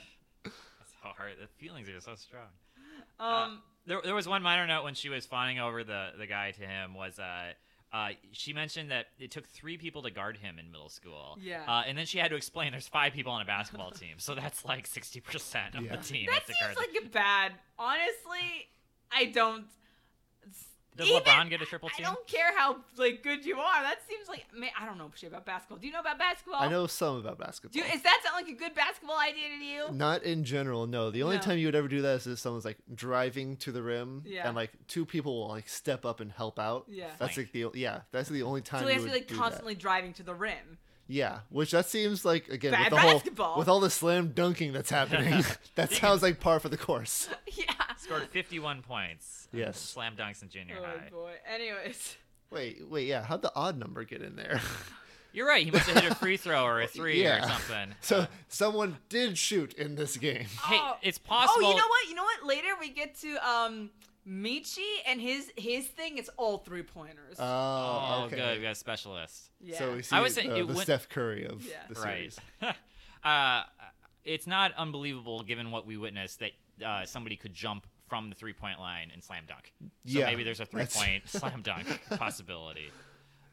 [SPEAKER 2] hard. The feelings are so strong.
[SPEAKER 3] Uh,
[SPEAKER 1] um
[SPEAKER 2] There, there was one minor note when she was fawning over the, the guy to him was uh, uh, she mentioned that it took three people to guard him in middle school.
[SPEAKER 1] Yeah.
[SPEAKER 2] Uh, and then she had to explain there's five people on a basketball team, so that's like sixty percent of
[SPEAKER 3] Yeah.
[SPEAKER 2] the team.
[SPEAKER 1] that
[SPEAKER 2] has to
[SPEAKER 1] seems
[SPEAKER 2] guard them.
[SPEAKER 1] like a bad honestly, I don't
[SPEAKER 2] Does
[SPEAKER 1] even-
[SPEAKER 2] LeBron get a triple
[SPEAKER 1] I
[SPEAKER 2] team?
[SPEAKER 1] don't care how like good you are. That seems like man, I don't know shit about basketball. Do you know about basketball?
[SPEAKER 3] I know some about
[SPEAKER 1] Do
[SPEAKER 3] basketball.
[SPEAKER 1] you, is that sound like a good basketball idea to you?
[SPEAKER 3] Not in general, no. The only
[SPEAKER 1] No.
[SPEAKER 3] time you would ever do that is if someone's like driving to the rim
[SPEAKER 1] Yeah.
[SPEAKER 3] and like two people will like step up and help out.
[SPEAKER 1] Yeah.
[SPEAKER 3] That's like the yeah, that's the only time
[SPEAKER 1] So he
[SPEAKER 3] you
[SPEAKER 1] has to
[SPEAKER 3] would
[SPEAKER 1] be like
[SPEAKER 3] do that.
[SPEAKER 1] constantly driving to the rim.
[SPEAKER 3] Yeah, which that seems like again
[SPEAKER 1] Bad
[SPEAKER 3] with the whole-
[SPEAKER 1] basketball.
[SPEAKER 3] with all the slam dunking that's happening. that sounds like par for the course.
[SPEAKER 1] yeah.
[SPEAKER 2] Scored fifty one points. uh,
[SPEAKER 3] Yes.
[SPEAKER 2] Slam dunks in junior
[SPEAKER 1] Oh
[SPEAKER 2] high.
[SPEAKER 1] boy. Anyways,
[SPEAKER 3] Wait, wait, yeah. How'd the odd number get in there?
[SPEAKER 2] You're right. He must have hit a free throw or a three
[SPEAKER 3] Yeah.
[SPEAKER 2] or something.
[SPEAKER 3] so
[SPEAKER 2] Uh,
[SPEAKER 3] someone did shoot in this game.
[SPEAKER 2] hey,
[SPEAKER 1] Oh.
[SPEAKER 2] it's possible.
[SPEAKER 1] oh, you know what? You know what? Later we get to um Michi and his his thing. It's all three pointers.
[SPEAKER 3] Oh,
[SPEAKER 2] Oh,
[SPEAKER 3] okay.
[SPEAKER 2] good. We got a specialist.
[SPEAKER 1] yeah.
[SPEAKER 3] So we see
[SPEAKER 2] I was saying
[SPEAKER 3] uh,
[SPEAKER 2] it
[SPEAKER 3] the
[SPEAKER 2] would-
[SPEAKER 3] Steph Curry of
[SPEAKER 1] Yeah.
[SPEAKER 3] the
[SPEAKER 2] right.
[SPEAKER 3] series.
[SPEAKER 2] uh, it's not unbelievable given what we witnessed that uh, somebody could jump from the three point line and slam dunk. So
[SPEAKER 3] Yeah,
[SPEAKER 2] maybe there's a three
[SPEAKER 3] that's-
[SPEAKER 2] point slam dunk possibility.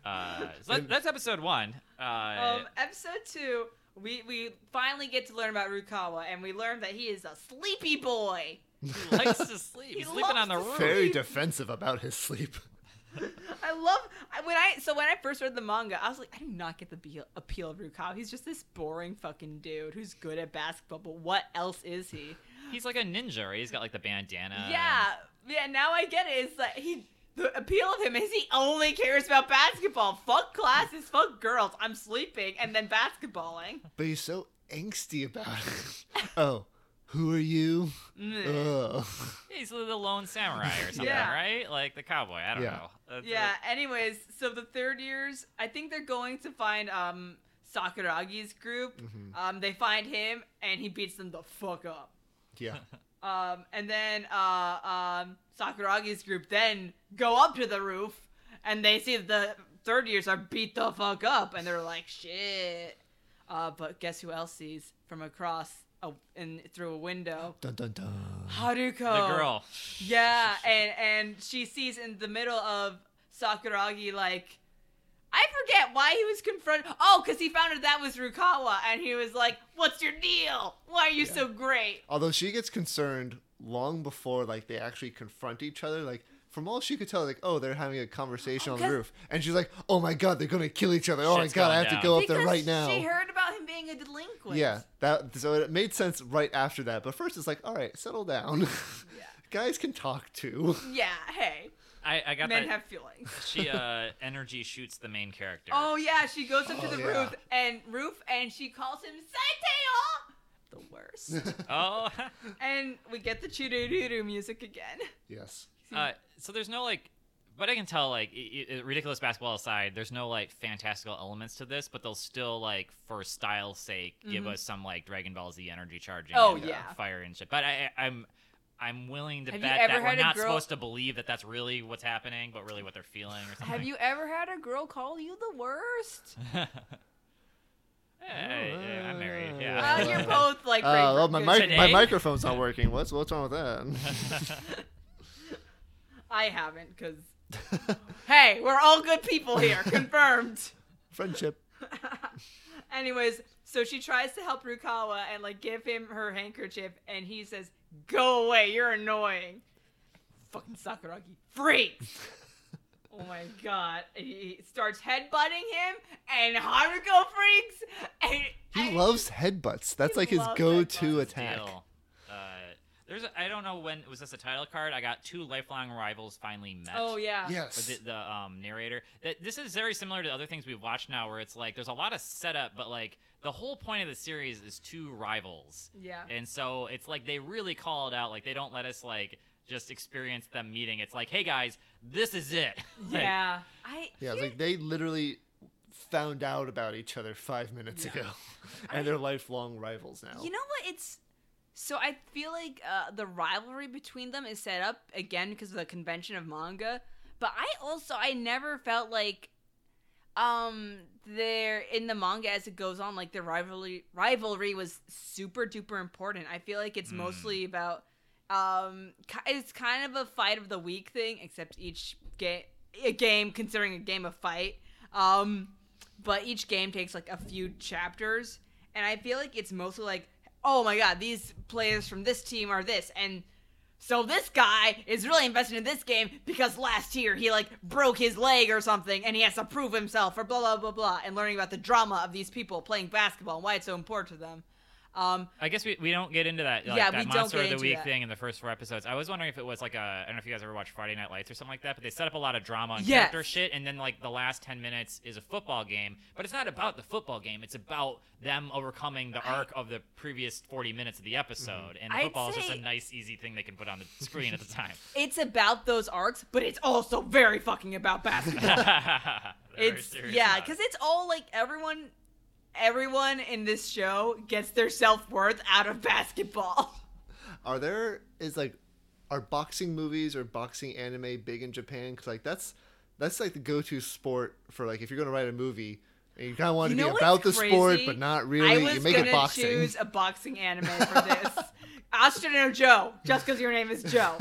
[SPEAKER 2] Uh, so that- that's episode one. Uh,
[SPEAKER 1] um, episode two, we we finally get to learn about Rukawa, and we learn that he is a sleepy boy.
[SPEAKER 2] he likes to sleep. He's sleeping
[SPEAKER 1] loves
[SPEAKER 2] on the
[SPEAKER 1] to
[SPEAKER 2] roof.
[SPEAKER 3] Very defensive about his sleep.
[SPEAKER 1] I love I- when I so when I first read the manga, I was like, I do not get the be- appeal of Rukawa. He's just this boring fucking dude who's good at basketball, but what else is he?
[SPEAKER 2] He's like a ninja, right? He's got like the bandana.
[SPEAKER 1] yeah, yeah. Now I get it. It's like he the appeal of him is he only cares about basketball. Fuck classes, fuck girls. I'm sleeping and then basketballing.
[SPEAKER 3] But he's so angsty about it. oh, who are you?
[SPEAKER 1] Mm.
[SPEAKER 3] Ugh.
[SPEAKER 2] He's the lone samurai or something,
[SPEAKER 1] Yeah.
[SPEAKER 2] right? Like the cowboy. I don't
[SPEAKER 3] Yeah.
[SPEAKER 2] know. That's a-
[SPEAKER 1] Yeah. Anyways, so the third years, I think they're going to find um Sakuragi's group.
[SPEAKER 3] Mhm.
[SPEAKER 1] Um, they find him and he beats them the fuck up.
[SPEAKER 3] Yeah.
[SPEAKER 1] Um, and then uh, um, Sakuragi's group then go up to the roof, and they see that the third years are beat the fuck up, and they're like, "Shit!" Uh, but guess who else sees from across a, and through a window?
[SPEAKER 3] Dun dun dun.
[SPEAKER 1] Haruko,
[SPEAKER 2] the girl.
[SPEAKER 1] Yeah, and and she sees in the middle of Sakuragi like. I forget why he was confronted. Oh, because he found out that was Rukawa, and he was like, "What's your deal? Why are you so great?"
[SPEAKER 3] Although she gets concerned long before like they actually confront each other, like from all she could tell, like oh they're having a conversation on the
[SPEAKER 1] Okay.
[SPEAKER 3] roof, and she's like, oh my god, they're gonna kill each other. Oh my
[SPEAKER 2] Shit's
[SPEAKER 3] god, I
[SPEAKER 2] going
[SPEAKER 3] have
[SPEAKER 2] down.
[SPEAKER 3] to go up
[SPEAKER 1] because
[SPEAKER 3] there right now.
[SPEAKER 1] She heard about him being a delinquent.
[SPEAKER 3] yeah, that so it made sense right after that. But first, it's like all right, settle down. Guys can talk too.
[SPEAKER 1] Yeah, hey.
[SPEAKER 2] I, I got
[SPEAKER 1] Men
[SPEAKER 2] that.
[SPEAKER 1] have feelings.
[SPEAKER 2] She uh, energy shoots the main character.
[SPEAKER 1] Oh yeah, she goes up to
[SPEAKER 3] Oh,
[SPEAKER 1] the
[SPEAKER 3] yeah.
[SPEAKER 1] roof and roof and she calls him Saiteo the worst.
[SPEAKER 2] Oh.
[SPEAKER 1] and we get the choo doo doo music again.
[SPEAKER 3] yes.
[SPEAKER 2] Uh, so there's no like But I can tell, like, i i ridiculous basketball aside, there's no like fantastical elements to this, but they'll still like, for style's sake, give
[SPEAKER 1] Mhm.
[SPEAKER 2] us some like Dragon Ball Z energy charging.
[SPEAKER 1] Oh,
[SPEAKER 2] and, uh,
[SPEAKER 1] yeah.
[SPEAKER 2] fire and shit. But I, I- I'm, I'm willing to
[SPEAKER 1] Have you
[SPEAKER 2] bet
[SPEAKER 1] ever
[SPEAKER 2] that we're
[SPEAKER 1] had a
[SPEAKER 2] not
[SPEAKER 1] girl-
[SPEAKER 2] supposed to believe that that's really what's happening, but really what they're feeling or something.
[SPEAKER 1] Have you ever had a girl call you the worst?
[SPEAKER 2] hey, yeah, I'm married. Yeah.
[SPEAKER 1] Uh, you're both like.
[SPEAKER 3] Oh,
[SPEAKER 1] great
[SPEAKER 3] well,
[SPEAKER 1] for
[SPEAKER 3] my,
[SPEAKER 1] good.
[SPEAKER 3] mic- my
[SPEAKER 2] Today?
[SPEAKER 3] microphone's not working. What's what's wrong with that?
[SPEAKER 1] I haven't, cause hey, we're all good people here, confirmed.
[SPEAKER 3] Friendship.
[SPEAKER 1] Anyways, so she tries to help Rukawa and like give him her handkerchief, and he says, "Go away, you're annoying." Fucking Sakuragi freaks. oh my god! He he starts headbutting him, and Haruko freaks. And
[SPEAKER 3] He
[SPEAKER 1] and-
[SPEAKER 3] loves headbutts. That's
[SPEAKER 1] He
[SPEAKER 3] like his
[SPEAKER 1] loves
[SPEAKER 3] go-to
[SPEAKER 1] headbutts.
[SPEAKER 3] attack.
[SPEAKER 2] Deal. Uh, there's, a, I don't know when was this a title card. I got two lifelong rivals finally met.
[SPEAKER 1] Oh yeah.
[SPEAKER 2] With
[SPEAKER 3] Yes.
[SPEAKER 2] the, the um, narrator. That- This is very similar to other things we've watched now, where it's like there's a lot of setup, but like the whole point of the series is two rivals,
[SPEAKER 1] Yeah.
[SPEAKER 2] and so it's like they really call it out. Like they don't let us like just experience them meeting. It's like, hey guys, this is it. Like,
[SPEAKER 1] Yeah. I.
[SPEAKER 3] Yeah, it's like they literally found out about each other five minutes ago, and they're lifelong rivals now.
[SPEAKER 1] You know what? It's so I feel like uh, the rivalry between them is set up again because of the convention of manga. But I also I never felt like um there in the manga as it goes on like the rivalry rivalry was super duper important. I feel like it's
[SPEAKER 2] Hmm.
[SPEAKER 1] mostly about um ki- it's kind of a fight of the week thing except each game a game considering a game of fight um but each game takes like a few chapters and i feel like it's mostly like oh my god these players from this team are this and so this guy is really invested in this game because last year he like broke his leg or something and he has to prove himself or blah blah blah blah and learning about the drama of these people playing basketball and why it's so important to them um
[SPEAKER 2] I guess we, we don't get into that like,
[SPEAKER 1] Yeah,
[SPEAKER 2] that
[SPEAKER 1] we don't
[SPEAKER 2] monster
[SPEAKER 1] get
[SPEAKER 2] of the
[SPEAKER 1] into
[SPEAKER 2] week
[SPEAKER 1] that.
[SPEAKER 2] thing in the first four episodes. I was wondering if it was like a I don't know if you guys ever watched Friday Night Lights or something like that, but they set up a lot of drama and
[SPEAKER 1] Yes.
[SPEAKER 2] character shit, and then like the last ten minutes is a football game, but it's not about the football game. It's about them overcoming the arc of the previous forty minutes of the episode, and
[SPEAKER 1] Mm-hmm.
[SPEAKER 2] the
[SPEAKER 1] I'd
[SPEAKER 2] football is just
[SPEAKER 1] say-
[SPEAKER 2] a nice easy thing they can put on the screen at the time.
[SPEAKER 1] it's about those arcs but it's also very fucking about basketball
[SPEAKER 2] They're very
[SPEAKER 1] it's
[SPEAKER 2] serious
[SPEAKER 1] yeah
[SPEAKER 2] about it.
[SPEAKER 1] because it's all like everyone everyone in this show gets their self-worth out of basketball
[SPEAKER 3] Are there is like, are boxing movies or boxing anime big in Japan? Because like that's that's like the go-to sport for like if you're gonna write a movie. and You kind of want
[SPEAKER 1] You
[SPEAKER 3] to
[SPEAKER 1] know
[SPEAKER 3] be
[SPEAKER 1] what's
[SPEAKER 3] about the sport,
[SPEAKER 1] crazy?
[SPEAKER 3] but not
[SPEAKER 1] i
[SPEAKER 3] really.
[SPEAKER 1] was
[SPEAKER 3] You make
[SPEAKER 1] gonna
[SPEAKER 3] it boxing.
[SPEAKER 1] choose a boxing anime for this austin or joe just because your name is joe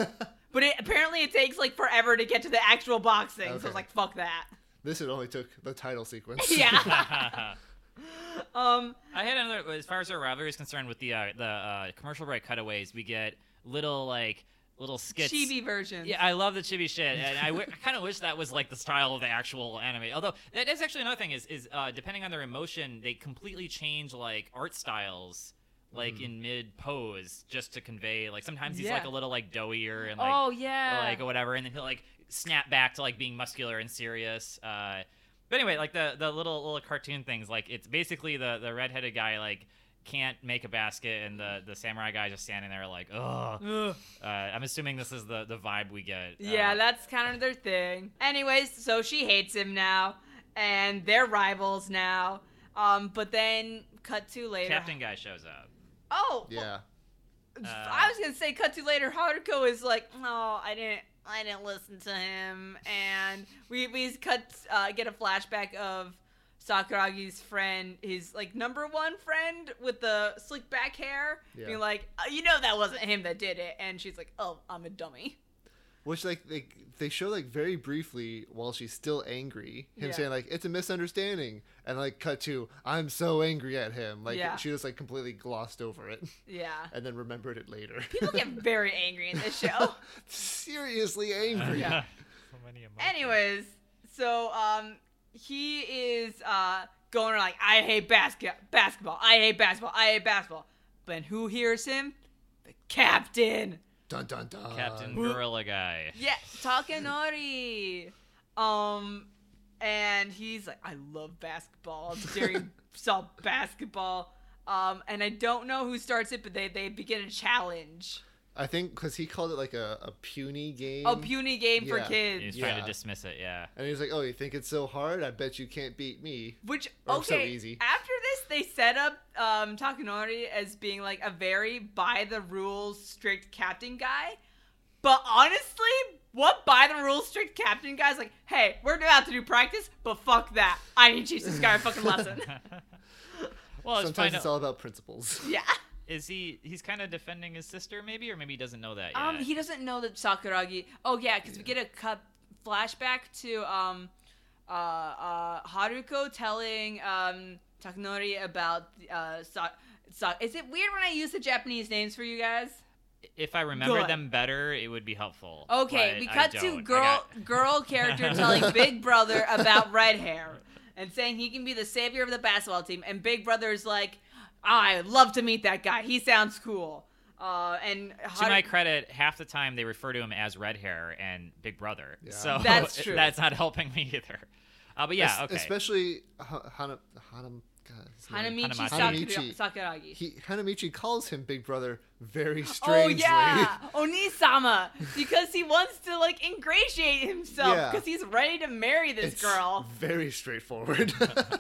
[SPEAKER 1] but it, apparently it takes like forever to get to the actual boxing so
[SPEAKER 3] Okay.
[SPEAKER 1] it's like fuck that
[SPEAKER 3] This it only took the title sequence.
[SPEAKER 1] yeah um
[SPEAKER 2] I had another. As far as our rivalry is concerned, with the uh, the uh, commercial break cutaways, we get little like little skits.
[SPEAKER 1] chibi version
[SPEAKER 2] Yeah, I love the chibi shit, and I, w- I kind of wish that was like the style of the actual anime. Although that is actually another thing is is uh, depending on their emotion, they completely change like art styles, like in mid pose, just to convey like sometimes he's like
[SPEAKER 1] Yeah.
[SPEAKER 2] a little like doughier and like
[SPEAKER 1] oh yeah
[SPEAKER 2] like or whatever, and then he'll like snap back to like being muscular and serious. Uh, but anyway, like the the little little cartoon things, like it's basically the the redheaded guy like can't make a basket, and the the samurai guy just standing there like, ugh.
[SPEAKER 1] Ugh.
[SPEAKER 2] Uh, I'm assuming this is the the vibe we get.
[SPEAKER 1] Yeah,
[SPEAKER 2] uh,
[SPEAKER 1] that's kind of their thing. Anyways, so she hates him now, and they're rivals now. Um, but then cut to later.
[SPEAKER 2] Captain guy shows up.
[SPEAKER 1] Oh, well,
[SPEAKER 3] Yeah.
[SPEAKER 1] I was gonna say cut to later. Haruko is like, no, I didn't, I didn't listen to him, and we we cut uh, get a flashback of Sakuragi's friend, his like number one friend with the slick back hair,
[SPEAKER 3] Yeah.
[SPEAKER 1] being like, "Uh, you know, that wasn't him that did it, and she's like, oh, I'm a dummy.
[SPEAKER 3] Which like they they show like very briefly while she's still angry, him
[SPEAKER 1] Yeah.
[SPEAKER 3] saying like it's a misunderstanding, and like cut to I'm so angry at him, like
[SPEAKER 1] Yeah.
[SPEAKER 3] she just like completely glossed over it
[SPEAKER 1] Yeah.
[SPEAKER 3] and then remembered it later.
[SPEAKER 1] People get very angry in this show.
[SPEAKER 3] Seriously angry.
[SPEAKER 2] yeah. so many emotions.
[SPEAKER 1] Anyways, so um, he is uh going like, I hate basket basketball. I hate basketball. I hate basketball. But who hears him? The captain.
[SPEAKER 3] Dun dun dun.
[SPEAKER 2] Captain Gorilla guy.
[SPEAKER 1] Yeah, Takanori. Um, and he's like, I love basketball. Jerry saw basketball. Um, and I don't know who starts it, but they they begin a challenge.
[SPEAKER 3] I think because he called it like a, a puny game.
[SPEAKER 1] A puny game for
[SPEAKER 3] Yeah.
[SPEAKER 1] kids.
[SPEAKER 2] He's trying
[SPEAKER 3] Yeah.
[SPEAKER 2] to dismiss it. Yeah.
[SPEAKER 3] and he's like, "Oh, you think it's so hard? I bet you can't beat me."
[SPEAKER 1] Which
[SPEAKER 3] Or so
[SPEAKER 1] okay,
[SPEAKER 3] easy.
[SPEAKER 1] after this they set up um, Takanori as being like a very by the rules strict captain guy. But honestly, what by the rules strict captain guy's like, hey, we're about to do practice, but fuck that. I need Jesus to a fucking lesson.
[SPEAKER 2] Well, it's
[SPEAKER 3] Sometimes
[SPEAKER 2] fine.
[SPEAKER 3] it's all about principles.
[SPEAKER 1] yeah.
[SPEAKER 2] Is he? He's kind of defending his sister, maybe, or maybe he doesn't know that yet.
[SPEAKER 1] Um, he doesn't know that Sakuragi. Oh yeah, because we get a cut flashback to um, uh, uh, Haruko telling um Takanori about uh Sa- Sa- Is it weird when I use the Japanese names for you guys?
[SPEAKER 2] if I remember
[SPEAKER 1] Good.
[SPEAKER 2] them better, it would be helpful.
[SPEAKER 1] Okay,
[SPEAKER 2] but
[SPEAKER 1] we
[SPEAKER 2] I
[SPEAKER 1] cut to
[SPEAKER 2] don't. I
[SPEAKER 1] girl
[SPEAKER 2] got-
[SPEAKER 1] girl character telling Big Brother about red hair and saying he can be the savior of the basketball team, and Big Brother is like, I would love to meet that guy. He sounds cool. Uh, and
[SPEAKER 2] to
[SPEAKER 1] Haru-
[SPEAKER 2] my credit, half the time they refer to him as Red Hair and Big Brother.
[SPEAKER 3] Yeah.
[SPEAKER 2] So
[SPEAKER 1] That's true.
[SPEAKER 2] That's not helping me either. Uh, but yeah,
[SPEAKER 3] Es-
[SPEAKER 2] okay.
[SPEAKER 3] Especially Ha- Hana, Hanam, God, his name.
[SPEAKER 1] Hanamichi,
[SPEAKER 3] Hanamichi.
[SPEAKER 1] Sakura- Sakuragi.
[SPEAKER 3] He, Hanamichi calls him Big Brother very
[SPEAKER 1] Oh
[SPEAKER 3] strangely.
[SPEAKER 1] yeah, Onisama, because he wants to like ingratiate himself
[SPEAKER 3] Yeah.
[SPEAKER 1] because he's ready to marry this
[SPEAKER 3] It's
[SPEAKER 1] girl.
[SPEAKER 3] Very straightforward.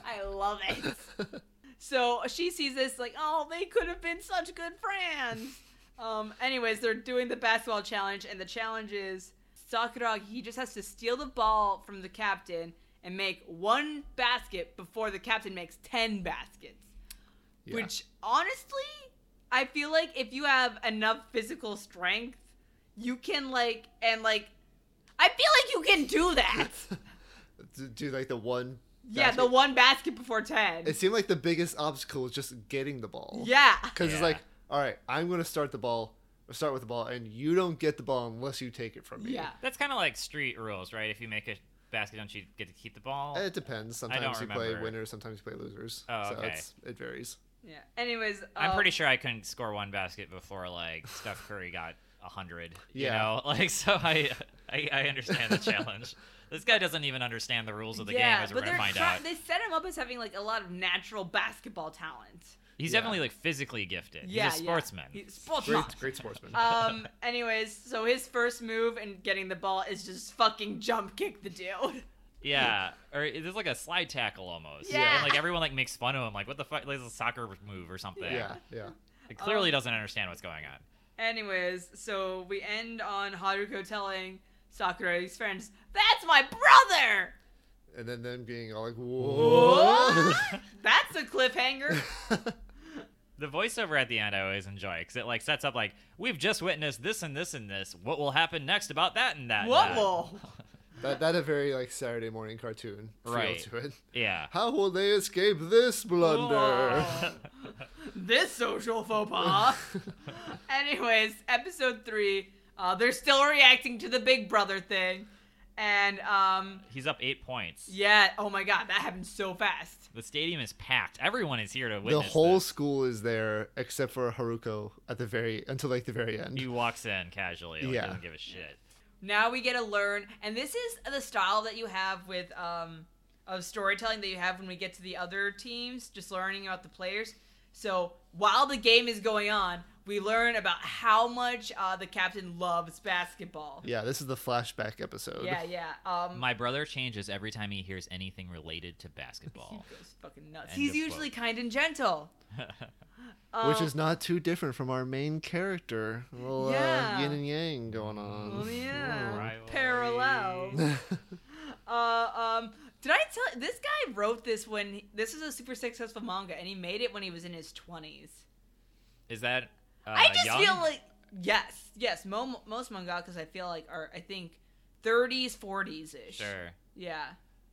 [SPEAKER 1] I love it. So she sees this like, oh, they could have been such good friends. Um, anyways, they're doing the basketball challenge, and the challenge is Sakuragi. He just has to steal the ball from the captain and make one basket before the captain makes ten baskets.
[SPEAKER 3] Yeah.
[SPEAKER 1] Which honestly, I feel like if you have enough physical strength, you can like and like. I feel like you can do that.
[SPEAKER 3] D- do like the one.
[SPEAKER 1] yeah, the
[SPEAKER 3] basket.
[SPEAKER 1] one basket before ten.
[SPEAKER 3] It seemed like the biggest obstacle was just getting the ball.
[SPEAKER 1] yeah.
[SPEAKER 3] Because it's
[SPEAKER 2] Yeah.
[SPEAKER 3] like, all right, I'm gonna start the ball, start with the ball, and you don't get the ball unless you take it from me.
[SPEAKER 1] Yeah.
[SPEAKER 2] That's kind of like street rules, right? If you make a basket, don't you get to keep the ball?
[SPEAKER 3] It depends.
[SPEAKER 2] don't
[SPEAKER 3] Sometimes you play
[SPEAKER 2] remember.
[SPEAKER 3] winners, sometimes you play losers.
[SPEAKER 2] Oh,
[SPEAKER 3] so
[SPEAKER 2] okay.
[SPEAKER 3] it's, it varies.
[SPEAKER 1] Yeah. Anyways,
[SPEAKER 2] I'm
[SPEAKER 1] um,
[SPEAKER 2] pretty sure I couldn't score one basket before like Steph Curry got a hundred.
[SPEAKER 3] Yeah.
[SPEAKER 2] You know, like so I, I I understand the challenge. This guy doesn't even understand the rules of the game, as
[SPEAKER 1] but
[SPEAKER 2] we're gonna
[SPEAKER 1] they're
[SPEAKER 2] find
[SPEAKER 1] try-
[SPEAKER 2] out.
[SPEAKER 1] they set him up as having like a lot of natural basketball talent.
[SPEAKER 2] He's
[SPEAKER 3] Yeah.
[SPEAKER 2] definitely like physically gifted.
[SPEAKER 1] Yeah, yeah.
[SPEAKER 2] He's a sportsman.
[SPEAKER 1] He's sportsman.
[SPEAKER 3] Great, great sportsman.
[SPEAKER 1] um. Anyways, so his first move in getting the ball is just fucking jump kick the dude.
[SPEAKER 2] Yeah, or it- it's like a slide tackle almost.
[SPEAKER 1] Yeah.
[SPEAKER 2] and like everyone like makes fun of him, like what the fuck, like it's a soccer move or something.
[SPEAKER 3] yeah, yeah.
[SPEAKER 2] he
[SPEAKER 1] Um,
[SPEAKER 2] clearly doesn't understand what's going on.
[SPEAKER 1] Anyways, so we end on Haruko telling Sakurai's friends, "That's my brother."
[SPEAKER 3] And then them being all like, whoa.
[SPEAKER 1] What? That's a cliffhanger.
[SPEAKER 2] The voiceover at the end I always enjoy because it like sets up like we've just witnessed this and this and this. What will happen next about that and that? and
[SPEAKER 1] What
[SPEAKER 2] that?"
[SPEAKER 1] will?
[SPEAKER 3] that that a very like Saturday morning cartoon feel
[SPEAKER 2] Right.
[SPEAKER 3] to it.
[SPEAKER 2] Yeah.
[SPEAKER 3] How will they escape this blunder?
[SPEAKER 1] Whoa. this social faux pas. Anyways, episode three. Uh, they're still reacting to the Big Brother thing, and um,
[SPEAKER 2] He's up eight points.
[SPEAKER 1] yeah. Oh my God, that happened so fast.
[SPEAKER 2] The stadium is packed. Everyone is here to
[SPEAKER 3] The
[SPEAKER 2] witness.
[SPEAKER 3] whole
[SPEAKER 2] this.
[SPEAKER 3] school is there except for Haruko at the very until like the very end.
[SPEAKER 2] He walks in casually. Like,
[SPEAKER 3] Yeah.
[SPEAKER 2] Doesn't give a shit.
[SPEAKER 1] Now we get to learn, and this is the style that you have with um, of storytelling that you have when we get to the other teams, just learning about the players. So while the game is going on, we learn about how much uh, the captain loves basketball.
[SPEAKER 3] Yeah, this is the flashback episode.
[SPEAKER 1] Yeah, yeah. Um,
[SPEAKER 2] My brother changes every time he hears anything related to basketball.
[SPEAKER 1] He goes fucking nuts.
[SPEAKER 2] End
[SPEAKER 1] He's
[SPEAKER 2] of quote.
[SPEAKER 1] usually kind and gentle.
[SPEAKER 3] Which
[SPEAKER 1] Um,
[SPEAKER 3] is not too different from our main character. A little
[SPEAKER 1] Yeah.
[SPEAKER 3] uh, yin and yang going on.
[SPEAKER 1] well, oh, yeah,
[SPEAKER 2] Rivalry.
[SPEAKER 1] parallel. Uh, um, did I tell this guy wrote this when he- this is a super successful manga and he made it when he was in his twenties.
[SPEAKER 2] Is that? Uh,
[SPEAKER 1] I just
[SPEAKER 2] young?
[SPEAKER 1] feel like yes, yes. Mo- most mangakas I feel like are I think thirties, forties ish.
[SPEAKER 2] Sure.
[SPEAKER 1] Yeah.